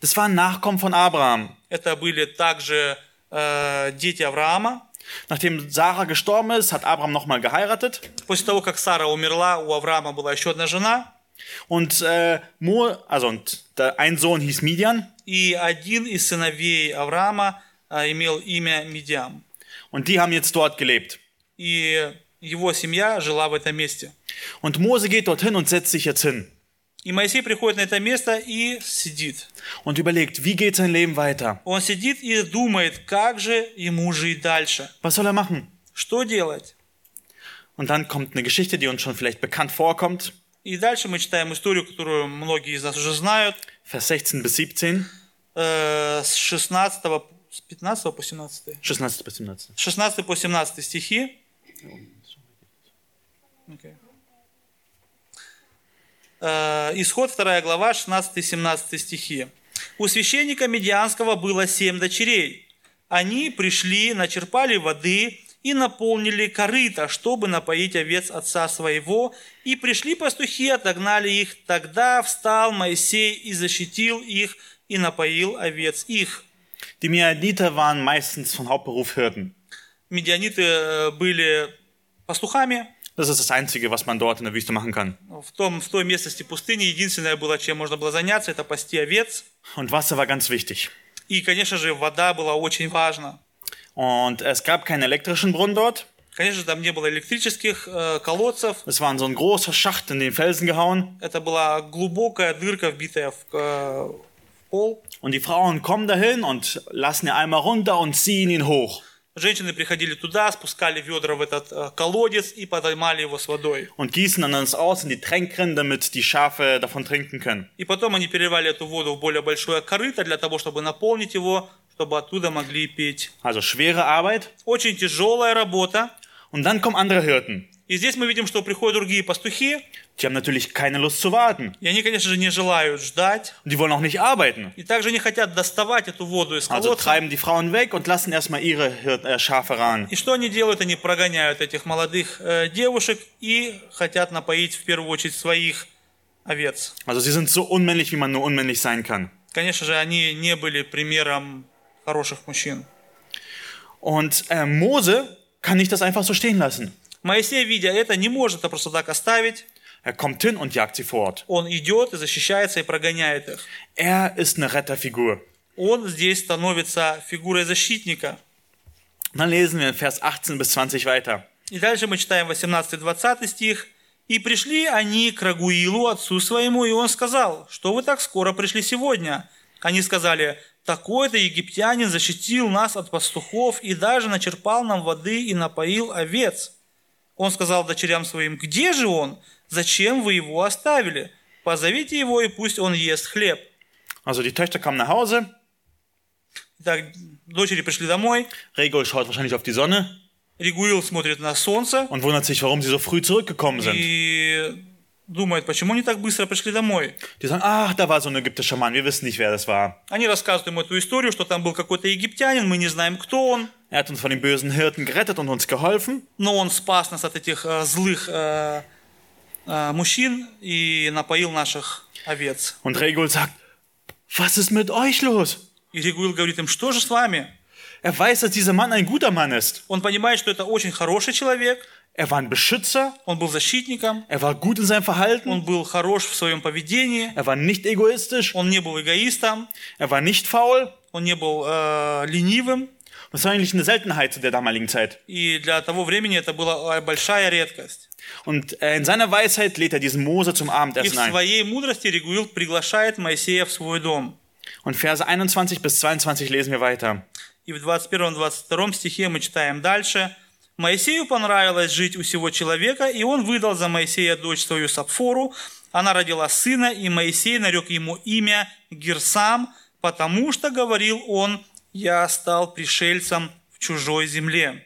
A: Das waren Nachkommen von Abraham.
B: Это были также э, дети Авраама.
A: Nachdem Sarah gestorben ist, hat Abraham nochmal geheiratet.
B: После того, как Сара умерла, у Авраама была еще одна жена,
A: Und äh, Mo, also und der, ein Sohn hieß Midian
B: и один из сыновей Авраама э, имел имя Медиам.
A: und die haben jetzt dort gelebt.
B: И его семья жила в этом месте.
A: Und Mose geht dorthin und setzt sich jetzt hin
B: И Моисей приходит на это место и сидит.
A: und überlegt, wie geht sein Leben weiter?
B: Он сидит и думает, как же ему жить дальше.
A: Was soll er machen?
B: Что делать?
A: Und dann kommt eine Geschichte, die uns schon vielleicht bekannt vorkommt.
B: И дальше мы читаем историю, которую многие из нас уже знают,
A: Vers 16 bis 17.
B: э, с 16, с 15 по 17.
A: 16 bis 17.
B: 16 по 17 стихи. Окей. Э, Исход 2 глава, 16-17 стихи. «У священника Медианского было семь дочерей. Они пришли, начерпали воды и наполнили корыто, чтобы напоить овец отца своего. И пришли пастухи, отогнали их. Тогда встал Моисей и защитил их, и напоил овец их».
A: Die Midianiter waren meistens von Hauptberuf Hirten.
B: Медианиты э, были пастухами.
A: Das ist das Einzige, was man dort in der Wüste machen kann.
B: Ну, В, том, в той местности пустыни единственное было, чем можно было заняться, это пасти овец.
A: Und Wasser war ganz wichtig.
B: И, конечно же, вода была очень важна.
A: Und es gab keinen elektrischen Brunnen dort.
B: Конечно, же, там не было электрических э, колодцев.
A: Es war so ein großer Schacht in den Felsen gehauen.
B: Это была глубокая дырка, вбитая в, э, в пол.
A: Und die Frauen kommen dahin und lassen ihn einmal runter und ziehen ihn hoch.
B: Женщины приходили туда, спускали ведра в этот э, колодец и поднимали его с водой.
A: Und gießen dann das aus in die Tränkrin, damit die Schafe davon trinken können.
B: И потом они переливали эту воду в более большое корыто для того, чтобы наполнить его, чтобы оттуда могли пить.
A: Also schwere Arbeit.
B: Очень тяжелая работа,
A: Und dann kommen andere Hirten.
B: И здесь мы видим, что приходят другие пастухи,
A: Die haben natürlich keine Lust zu warten.
B: и они, конечно же, не желают ждать,
A: Die wollen auch nicht arbeiten.
B: и также не хотят доставать эту воду из
A: Also
B: колодца.
A: treiben die Frauen weg und lassen erstmal ihre Hir- äh, Schafe ran.
B: И что они делают? Они прогоняют этих молодых э, девушек и хотят напоить в первую очередь своих овец.
A: Also sie sind so unmännlich, wie man nur unmännlich sein kann.
B: Конечно же, они не были примером хороших мужчин.
A: Und äh, Mose kann nicht das einfach so stehen lassen.
B: Моисей, видя это, не может это просто так оставить.
A: Er kommt hin und jagt sie fort.
B: Он идет и защищается и прогоняет их.
A: Er ist eine Retterfigur.
B: Он здесь становится фигурой защитника.
A: Dann lesen wir in Vers 18 bis 20 weiter.
B: И дальше мы читаем 18-20 стих. «И пришли они к Рагуилу, отцу своему, и он сказал, что вы так скоро пришли сегодня?» Они сказали, «Такой-то египтянин защитил нас от пастухов и даже начерпал нам воды и напоил овец». Он сказал дочерям своим, «Где же он? Зачем вы его оставили? Позовите его, и пусть он ест хлеб».
A: Also die Töchter kommen nach Hause.
B: Итак, дочери пришли домой,
A: Regul schaut wahrscheinlich auf die Sonne
B: Регуил смотрит на солнце
A: und wundert sich, warum sie so früh zurückgekommen sind.
B: и думает, почему они так быстро пришли домой.
A: Die sagen, ach, da war so ein ägyptischer Mann, wir wissen nicht, wer das war.
B: Они рассказывают ему эту историю, что там был какой-то египтянин, мы не знаем, кто он,
A: Er hat uns von den bösen Hirten gerettet und uns geholfen.
B: но он спас нас от этих э, злых э, э, мужчин и напоил наших овец.
A: Und Regul sagt, was ist mit euch los?
B: И Ригуил говорит им, что же с вами?
A: Er weiß, dass dieser Mann ein guter Mann ist.
B: Он понимает, что это очень хороший человек,
A: Er war ein Beschützer,
B: он был защитником,
A: er war gut in seinem Verhalten,
B: он был хорош в своем поведении,
A: er war nicht egoistisch,
B: он не был эгоистом,
A: er war nicht faul.
B: он не был э, ленивым,
A: Das war eigentlich eine Seltenheit zu der damaligen Zeit.
B: и для того времени это была э, большая редкость.
A: Und äh, in seiner Weisheit lädt er diesen Mose zum
B: И в
A: Abendessen ein.
B: своей мудрости Ригуил приглашает Моисея в свой дом.
A: Und Verse 21 bis 22 lesen wir weiter.
B: И в 21-22 стихе мы читаем дальше. «Моисею понравилось жить у сего человека, и он выдал за Моисея дочь свою Сапфору. Она родила сына, и Моисей нарек ему имя Герсам, потому что, говорил он, я стал пришельцем в чужой земле».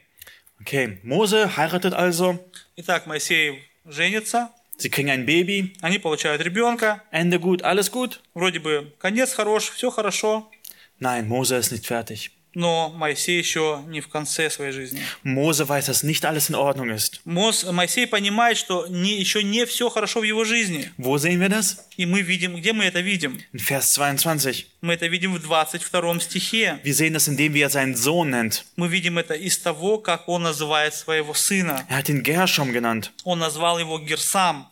A: Okay, Mose heiratet also,
B: Итак, Моисей женится,
A: sie kriegen ein Baby,
B: они получают ребенка,
A: Ende gut, alles gut.
B: вроде бы конец хорош, все хорошо,
A: Nein, Mose ist nicht fertig.
B: но Моисей еще не в конце своей жизни.
A: Mose weiß, dass nicht alles in Ordnung ist.
B: Мос- Моисей понимает, что не- еще не все хорошо в его жизни.
A: Wo sehen wir das?
B: И мы видим, где мы это видим?
A: In Vers 22.
B: Мы это видим в 22 стихе.
A: Wir sehen das, indem wie er seinen Sohn nennt.
B: Мы видим это из того, как он называет своего сына.
A: Er hat ihn Gershom genannt.
B: Он назвал его Герсам.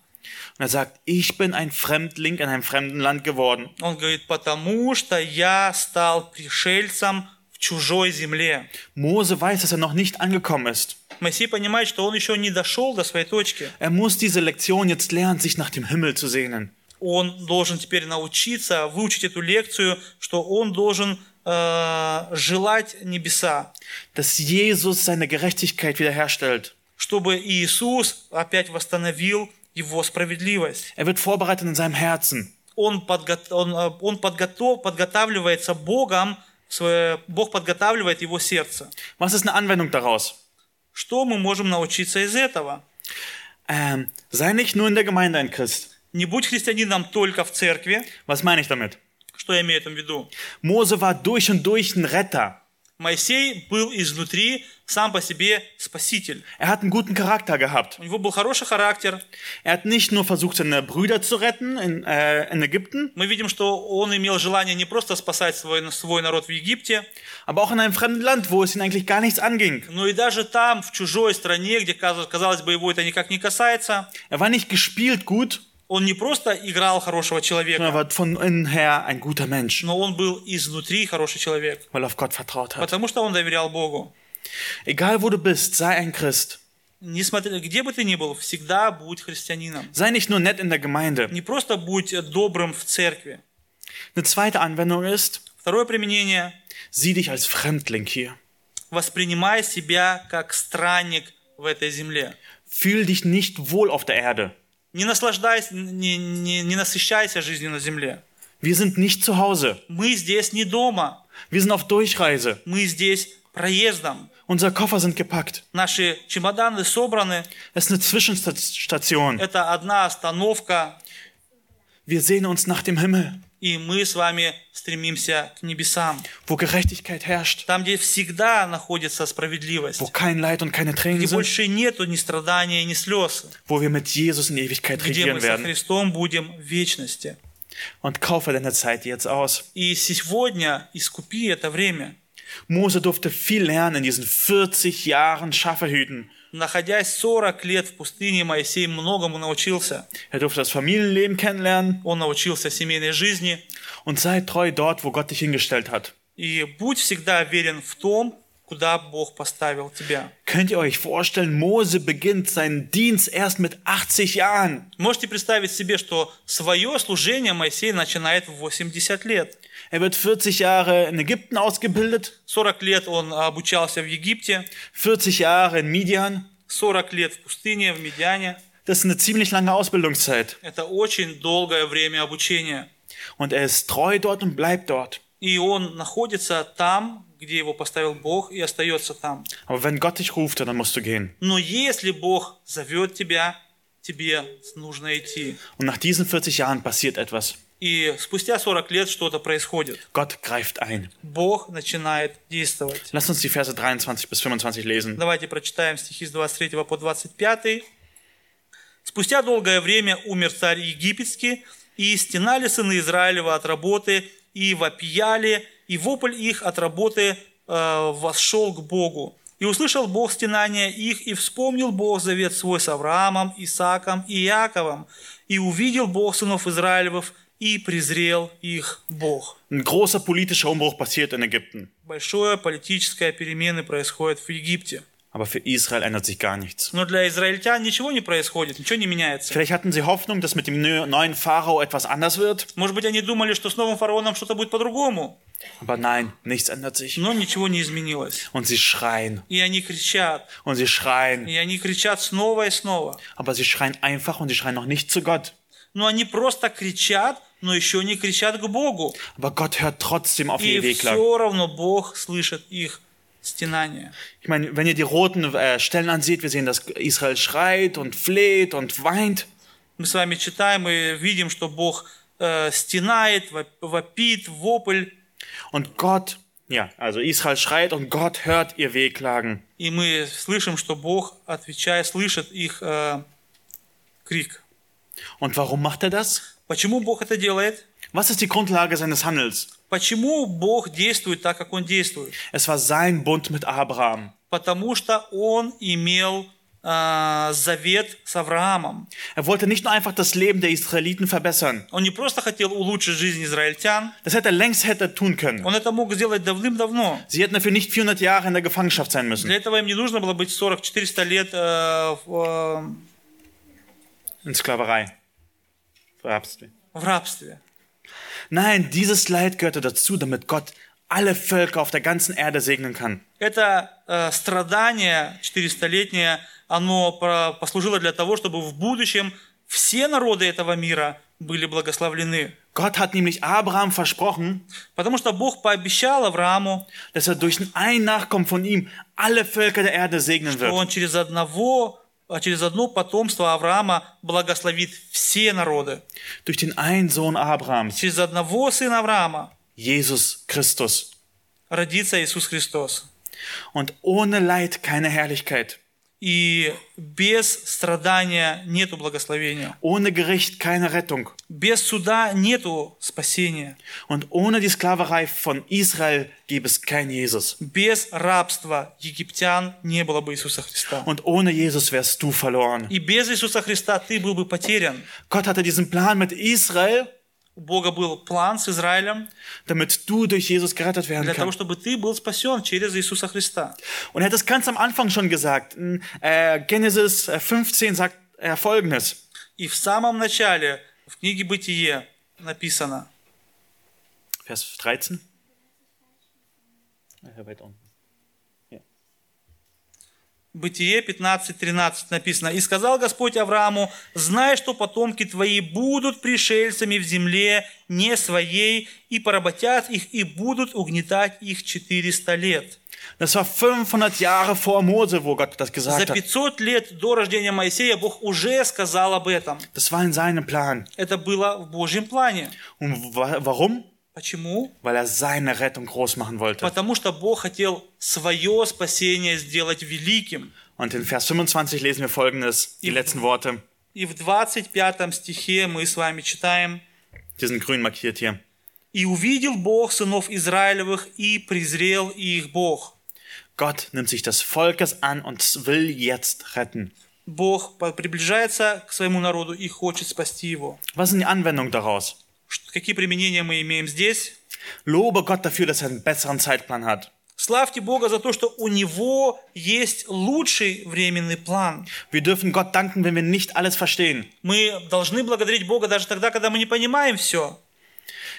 A: Und er sagt, ich bin ein Fremdling in einem fremden Land geworden.
B: Он говорит, потому что я стал пришельцем в чужой земле.
A: Mose weiß, dass er noch nicht angekommen ist.
B: Моисей понимает, что он еще не дошел до своей точки.
A: Er muss diese Lektion jetzt lernen, sich nach dem Himmel zu sehnen.
B: Он должен теперь научиться выучить эту лекцию, что он должен э, желать небеса,
A: Dass Jesus seine Gerechtigkeit wiederherstellt.
B: чтобы Иисус опять восстановил его справедливость.
A: Er wird vorbereitet in seinem Herzen.
B: он, подго- он, э, он подготов- подготавливается Богом, свое- Бог подготавливает его сердце.
A: Was ist eine Anwendung daraus?
B: Что мы можем научиться из этого?
A: Ähm, sei nicht nur in der Gemeinde ein Christ.
B: Не будь христианином только в церкви.
A: Was meine ich damit?
B: Что я имею в этом в виду?
A: Mose war durch und durch ein Retter.
B: Моисей был изнутри сам по себе спаситель.
A: Er hat einen guten Charakter gehabt.
B: У него был хороший характер.
A: Er hat nicht nur versucht, seine Brüder zu retten in, äh, in Ägypten,
B: Мы видим, что он имел желание не просто спасать свой, свой народ в Египте,
A: aber auch in einem fremden Land, wo es ihn eigentlich gar nichts anging.
B: но и даже там, в чужой стране, где, каз- казалось бы, его это никак не касается,
A: Er war nicht gespielt gut,
B: он не просто играл хорошего человека,
A: sondern er war von innen her ein guter Mensch,
B: но он был изнутри хороший человек.
A: weil er auf Gott vertraut hat.
B: Потому что он доверял Богу.
A: Egal wo du bist, sei ein Christ.
B: Несмотря, где бы ты ни был, всегда будь христианином.
A: Sei nicht nur nett in der Gemeinde.
B: Не просто будь добрым в церкви.
A: Eine zweite Anwendung ist,
B: Второе применение.
A: sieh dich als Fremdling hier.
B: Воспринимай себя как странник в этой земле.
A: Fühl dich nicht wohl auf der Erde.
B: Не наслаждайся, не, не, не насыщайся жизнью на земле.
A: Wir sind nicht zu Hause.
B: Мы здесь не дома.
A: Wir sind auf Durchreise.
B: Мы здесь проездом.
A: Unsere Koffer sind gepackt.
B: Наши чемоданы собраны.
A: Es ist eine Zwischenstation.
B: Это одна остановка,
A: Wir sehen uns nach dem Himmel,
B: и мы с вами стремимся к небесам.
A: wo Gerechtigkeit herrscht,
B: Там, где всегда находится справедливость.
A: wo kein Leid und keine Tränen
B: Где
A: sind,
B: больше нету ни страдания, ни слез.
A: wo wir mit Jesus in Ewigkeit
B: Где мы
A: regieren
B: со
A: werden.
B: Христом будем в вечности.
A: Und kaufe deine Zeit jetzt aus.
B: И сегодня искупи это время.
A: Mose durfte viel lernen in diesen 40 Jahren Schafe hüten.
B: Находясь 40 лет в пустыне, Моисей многому научился.
A: Er durfte das Familienleben kennenlernen
B: Он научился семейной жизни.
A: und sei treu dort, wo Gott dich hingestellt hat.
B: И будь всегда верен в том, куда Бог поставил тебя.
A: Könnt ihr euch vorstellen, Mose beginnt seinen Dienst erst mit 80 Jahren.
B: Можете представить себе, что свое служение Моисей начинает в 80 лет.
A: Er wird 40 Jahre in Ägypten ausgebildet,
B: 40 лет он обучался в Египте,
A: 40 Jahre in Midian.
B: 40 лет в пустыне, в Медиане.
A: Das ist eine ziemlich lange Ausbildungszeit.
B: Это очень долгое время обучения.
A: Und er ist treu dort und bleibt dort.
B: И он находится там, где его поставил Бог, и остается там.
A: Aber wenn Gott dich ruft, dann musst du gehen.
B: Но если Бог зовет тебя, тебе нужно идти.
A: Und nach diesen 40 Jahren passiert etwas.
B: И спустя 40 лет что-то происходит.
A: Gott greift ein.
B: Бог начинает действовать.
A: Lass uns die Verse 23 bis 25 lesen.
B: Давайте прочитаем стихи с 23 по 25. «Спустя долгое время умер царь египетский, и стенали сыны Израилева от работы, и вопияли, и вопль их от работы э, вошел к Богу. И услышал Бог стенания их, и вспомнил Бог завет свой с Авраамом, Исааком и Иаковом, и увидел Бог сынов Израилевов, и презрел их Бог».
A: Ein großer politischer Umbruch passiert in Ägypten.
B: Большое политическое перемены происходит в Египте.
A: Aber für Israel ändert sich gar nichts.
B: Но для израильтян ничего не происходит, ничего не меняется.
A: Vielleicht hatten sie Hoffnung, dass mit dem neu- neuen Pharao etwas anders wird.
B: Может быть, они думали, что с новым фараоном что-то будет по-другому,
A: Aber nein, nichts ändert sich.
B: но ничего не изменилось.
A: Und sie schreien
B: И они кричат,
A: und sie schreien.
B: и они кричат снова и снова.
A: Aber sie schreien einfach und sie schreien noch nicht zu Gott.
B: Но они просто кричат, но еще не кричат к Богу.
A: Aber Gott hört trotzdem auf
B: И
A: ihr Wehklagen.
B: все равно Бог слышит их стенания.
A: Ich meine, wenn ihr die roten äh, Stellen ansieht, wir sehen, dass Israel schreit und fleht und weint.
B: Мы с вами читаем и видим, что Бог э, стенает, воп- вопит, вопль.
A: Und Gott, ja, also Israel schreit und Gott hört ihr Wehklagen.
B: И мы слышим, что Бог, отвечая, слышит их э, крик.
A: Und warum macht er das?
B: Почему Бог это делает?
A: Was ist die Grundlage seines Handels?
B: Почему Бог действует так, как Он действует?
A: Es war sein Bund mit Abraham.
B: Потому что Он имел а, завет с Авраамом.
A: Er wollte nicht nur einfach das Leben der Israeliten verbessern.
B: Он не просто хотел улучшить жизнь израильтян,
A: Das hätte er längst hätte tun können.
B: он это мог сделать давным-давно.
A: Sie hätten dafür nicht 400 Jahre in der Gefangenschaft sein müssen.
B: Для этого им не нужно было быть 40-400 лет э, в, э,
A: In Sklaverei. Verhabst-
B: э, в рабстве.
A: Nein, dieses Leid gehörte dazu, damit Gott alle Völker auf der ganzen Erde segnen kann.
B: Это э, страдание 400-летнее, оно про- послужило для того, чтобы в будущем все народы этого мира были благословлены.
A: Gott hat nämlich Abraham versprochen,
B: Потому что Бог пообещал Аврааму,
A: dass er durch ein Nachkommen von ihm alle Völker der Erde segnen
B: что
A: wird.
B: он через одного, а через одно потомство Авраама благословит все народы.
A: Durch den einen Sohn Abrahams,
B: Через одного сына Авраама
A: Jesus Christus.
B: родится Иисус Христос.
A: Und ohne Leid keine Herrlichkeit.
B: И без страдания нету благословения.
A: Ohne Gericht keine Rettung.
B: Без суда нету спасения.
A: Und ohne die Sklaverei von Israel gäbe es kein Jesus.
B: Без рабства египтян не было бы Иисуса Христа.
A: Und ohne Jesus wärst du verloren.
B: И без Иисуса Христа ты был бы потерян.
A: Gott hatte diesen Plan mit Israel,
B: У Бога был план с Израилем
A: damit du durch Jesus gerettet werden
B: для того,
A: kannst.
B: чтобы ты был спасен через Иисуса Христа.
A: Und er hat es ganz am Anfang schon gesagt. In, äh, Genesis äh, 15 sagt er folgendes.
B: И в самом начале, в книге «Бытие» написано,
A: Vers 13. Äh, weiter unten.
B: «Бытие» 15.13 написано, «И сказал Господь Аврааму, знай, что потомки твои будут пришельцами в земле не своей, и поработят их, и будут угнетать их 400 лет».
A: Das war 500 Jahre vor Mose, wo Gott das
B: За
A: gesagt hat.
B: 500 лет до рождения Моисея Бог уже сказал об этом.
A: Das war in seinem Plan.
B: Это было в Божьем плане.
A: Und wa warum?
B: Почему?
A: Weil er seine Rettung groß machen wollte.
B: Потому что Бог хотел свое спасение сделать великим.
A: Und in Vers 25 lesen wir folgendes, die letzten Worte.
B: И в 25 стихе мы с вами читаем
A: Die sind grün markiert hier.
B: «И увидел Бог сынов Израилевых, и презрел их Бог».
A: Gott nimmt sich des Volkes an und will jetzt retten.
B: Бог по- приближается к своему народу и хочет спасти его.
A: Was ist die Anwendung daraus?
B: Ш- Какие применения мы имеем здесь?
A: Lobe Gott dafür, dass er einen besseren Zeitplan hat.
B: Славьте Бога за то, что у Него есть лучший временный план.
A: Wir dürfen Gott danken, wenn wir nicht alles verstehen.
B: Мы должны благодарить Бога даже тогда, когда мы не понимаем все.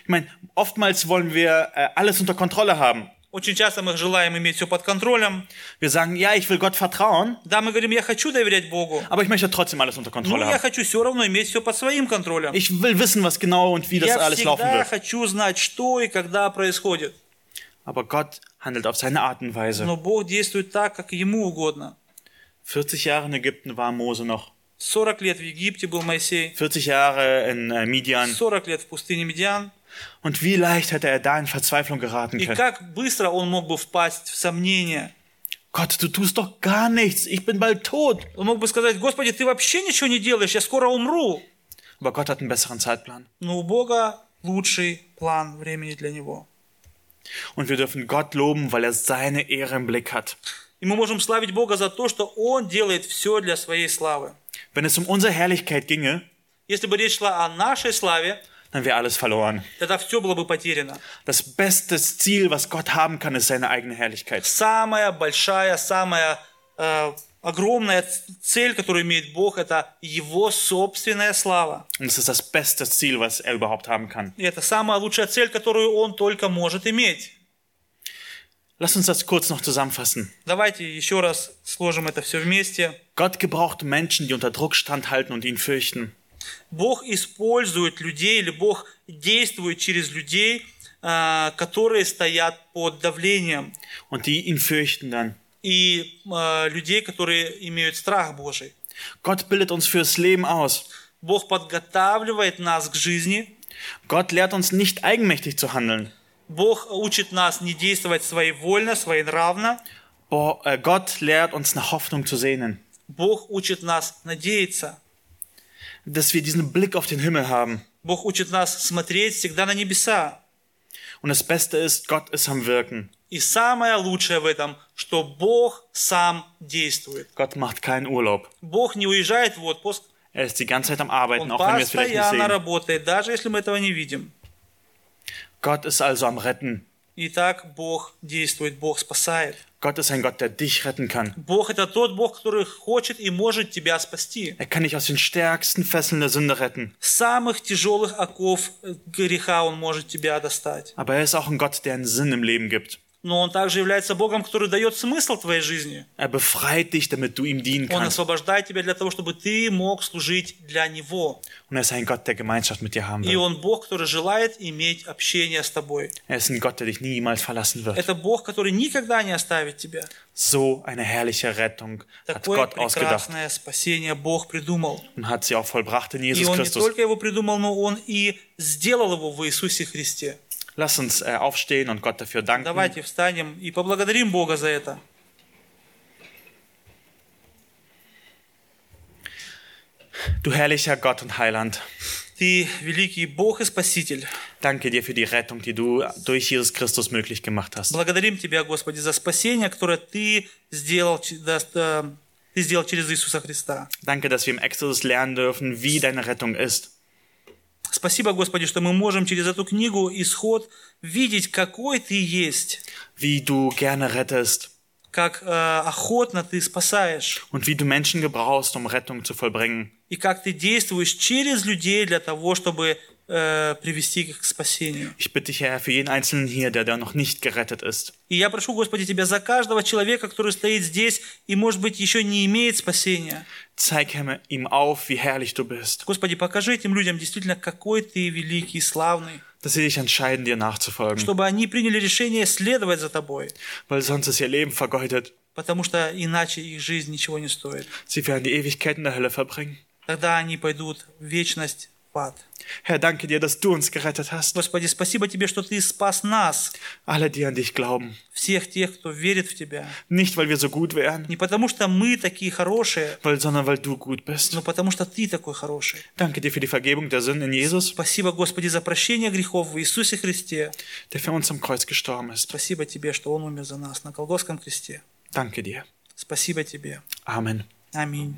A: Ich meine, oftmals wollen wir äh, alles unter Kontrolle haben.
B: Очень часто мы желаем иметь все под контролем.
A: Wir sagen, ja, ich will Gott vertrauen,
B: Да, мы говорим, я хочу доверять Богу,
A: aber ich möchte trotzdem alles unter
B: но
A: Kontrolle
B: я
A: haben.
B: хочу все равно иметь все под своим контролем.
A: Ich will wissen, was genau und wie das
B: Я
A: alles laufen
B: всегда
A: wird.
B: хочу знать, что и когда происходит.
A: Aber Gott handelt auf seine Art und Weise.
B: Но Бог действует так, как Ему угодно.
A: 40 Jahre in Ägypten war Mose noch.
B: 40 лет в Египте был Моисей,
A: 40 Jahre in äh, Midian.
B: 40 лет в пустыне Медиан.
A: Und wie leicht hätte er da in Verzweiflung geraten
B: И
A: können.
B: как быстро он мог бы впасть в сомнение.
A: Gott, du tust doch gar nichts. Ich bin bald tot.
B: Он мог бы сказать, Господи, ты вообще ничего не делаешь, я скоро умру.
A: Aber Gott hat einen besseren Zeitplan.
B: Но у Бога лучший план времени для него.
A: Und wir dürfen Gott loben, weil er seine Ehre im Blick hat.
B: И мы можем славить Бога за то, что Он делает все для своей славы.
A: Wenn es um unsere Herrlichkeit ginge,
B: Если бы речь шла о нашей славе,
A: dann wäre alles verloren.
B: тогда все было бы потеряно.
A: Das beste Ziel, was Gott haben kann, ist seine eigene Herrlichkeit.
B: Самая большая, самая э, огромная ц- цель, которую имеет Бог, это Его собственная слава.
A: Und es ist das beste Ziel, was er überhaupt haben kann.
B: И это самая лучшая цель, которую Он только может иметь.
A: Lass uns das kurz noch zusammenfassen.
B: Давайте еще раз сложим это все вместе.
A: Gott gebraucht Menschen, die unter Druck standhalten und ihn fürchten.
B: Бог использует людей или Бог действует через людей, а, которые стоят под давлением
A: Und die ihn fürchten dann.
B: и а, людей, которые имеют страх Божий.
A: Gott bildet uns fürs Leben aus.
B: Бог подготавливает нас к жизни.
A: Gott lehrt uns nicht eigenmächtig zu handeln.
B: Бог учит нас не действовать своевольно, своенравно.
A: Bo äh, Gott lehrt uns nach Hoffnung zu sehnen.
B: Бог учит нас надеяться.
A: Dass wir diesen Blick auf den Himmel haben.
B: Бог учит нас смотреть всегда на небеса.
A: Und das Beste ist, Gott ist am Wirken.
B: И самое лучшее в этом, что Бог сам действует.
A: Gott macht keinen Urlaub.
B: Bог не уезжает в отпуск,
A: Er ist die ganze Zeit am Arbeiten,
B: Он
A: auch wenn wir es vielleicht nicht
B: постоянно
A: sehen.
B: работает, даже если мы этого не видим.
A: Gott ist also am Retten.
B: Итак, Бог действует, Бог спасает.
A: Gott ist ein Gott, der dich retten kann.
B: Бог это тот Бог, который хочет и может тебя спасти.
A: Er kann dich aus den stärksten Fesseln der Sünde retten.
B: С Самых тяжелых оков э, греха Он может тебя достать.
A: Aber er ist auch ein Gott, der einen Sinn im Leben gibt.
B: Но Он также является Богом, который дает смысл твоей жизни.
A: Er befreit dich, damit du ihm dienen
B: Он
A: kannst.
B: освобождает тебя для того, чтобы ты мог служить для Него.
A: Und er ist ein Gott, der Gemeinschaft mit dir haben
B: И
A: will.
B: Он Бог, который желает иметь общение с тобой.
A: Er ist ein Gott, der dich niemals verlassen wird.
B: Это Бог, который никогда не оставит тебя.
A: So eine herrliche Rettung hat
B: Такое
A: Gott ausgedacht
B: прекрасное спасение Бог придумал.
A: und hat sie auch vollbracht in
B: И
A: Jesus
B: он не
A: Christus.
B: только его придумал, но он и сделал его в Иисусе Христе.
A: Lass uns äh, aufstehen und Gott dafür danken.
B: Давайте встанем и поблагодарим Бога за это.
A: Du herrlicher Gott und Heiland,
B: Ты великий Бог и Спаситель.
A: danke dir für die Rettung, die du durch Jesus Christus möglich gemacht hast.
B: Благодарим Тебя, Господи, за спасение, которое Ты сделал, ч- да- э, ты сделал через Иисуса Христа.
A: Danke, dass wir im Exodus lernen dürfen, wie deine Rettung ist.
B: Спасибо, Господи, что мы можем через эту книгу исход видеть, какой Ты есть,
A: Wie du gerne rettest
B: как э, охотно Ты спасаешь,
A: und wie du Menschen gebrauchst, um Rettung zu vollbringen.
B: и как Ты действуешь через людей для того, чтобы э, привести их к спасению.
A: Ich bitte dich, Herr, für jeden Einzelnen hier, der da noch nicht gerettet ist.
B: И я прошу, Господи, Тебя за каждого человека, который стоит здесь и, может быть, еще не имеет спасения.
A: Zeig Herr, ihm auf, wie herrlich du bist.
B: Господи, покажи этим людям действительно, какой Ты великий и славный.
A: dass sie sich entscheiden, dir nachzufolgen,
B: чтобы они приняли решение следовать за тобой,
A: weil sonst ist ihr Leben vergeudet.
B: потому что иначе их жизнь ничего не стоит.
A: Sie werden die Ewigkeit in der Hölle verbringen.
B: Тогда они пойдут в вечность в ад.
A: Herr, danke dir, dass du uns gerettet hast.
B: Господи, спасибо Тебе, что Ты спас нас,
A: Alle, die an dich glauben.
B: всех тех, кто верит в Тебя.
A: Nicht, weil wir so gut wären,
B: Не потому, что мы такие хорошие,
A: weil, sondern weil du gut bist.
B: но потому, что Ты такой хороший.
A: Danke dir für die Vergebung der Sünden in Jesus,
B: Спасибо, Господи, за prощение грехов в Иисусе Христе.
A: der für uns am Kreuz gestorben ist.
B: Спасибо Тебе, что Он умер за нас на Голгофском кресте.
A: Danke dir.
B: Спасибо Тебе.
A: Amen.
B: Аминь.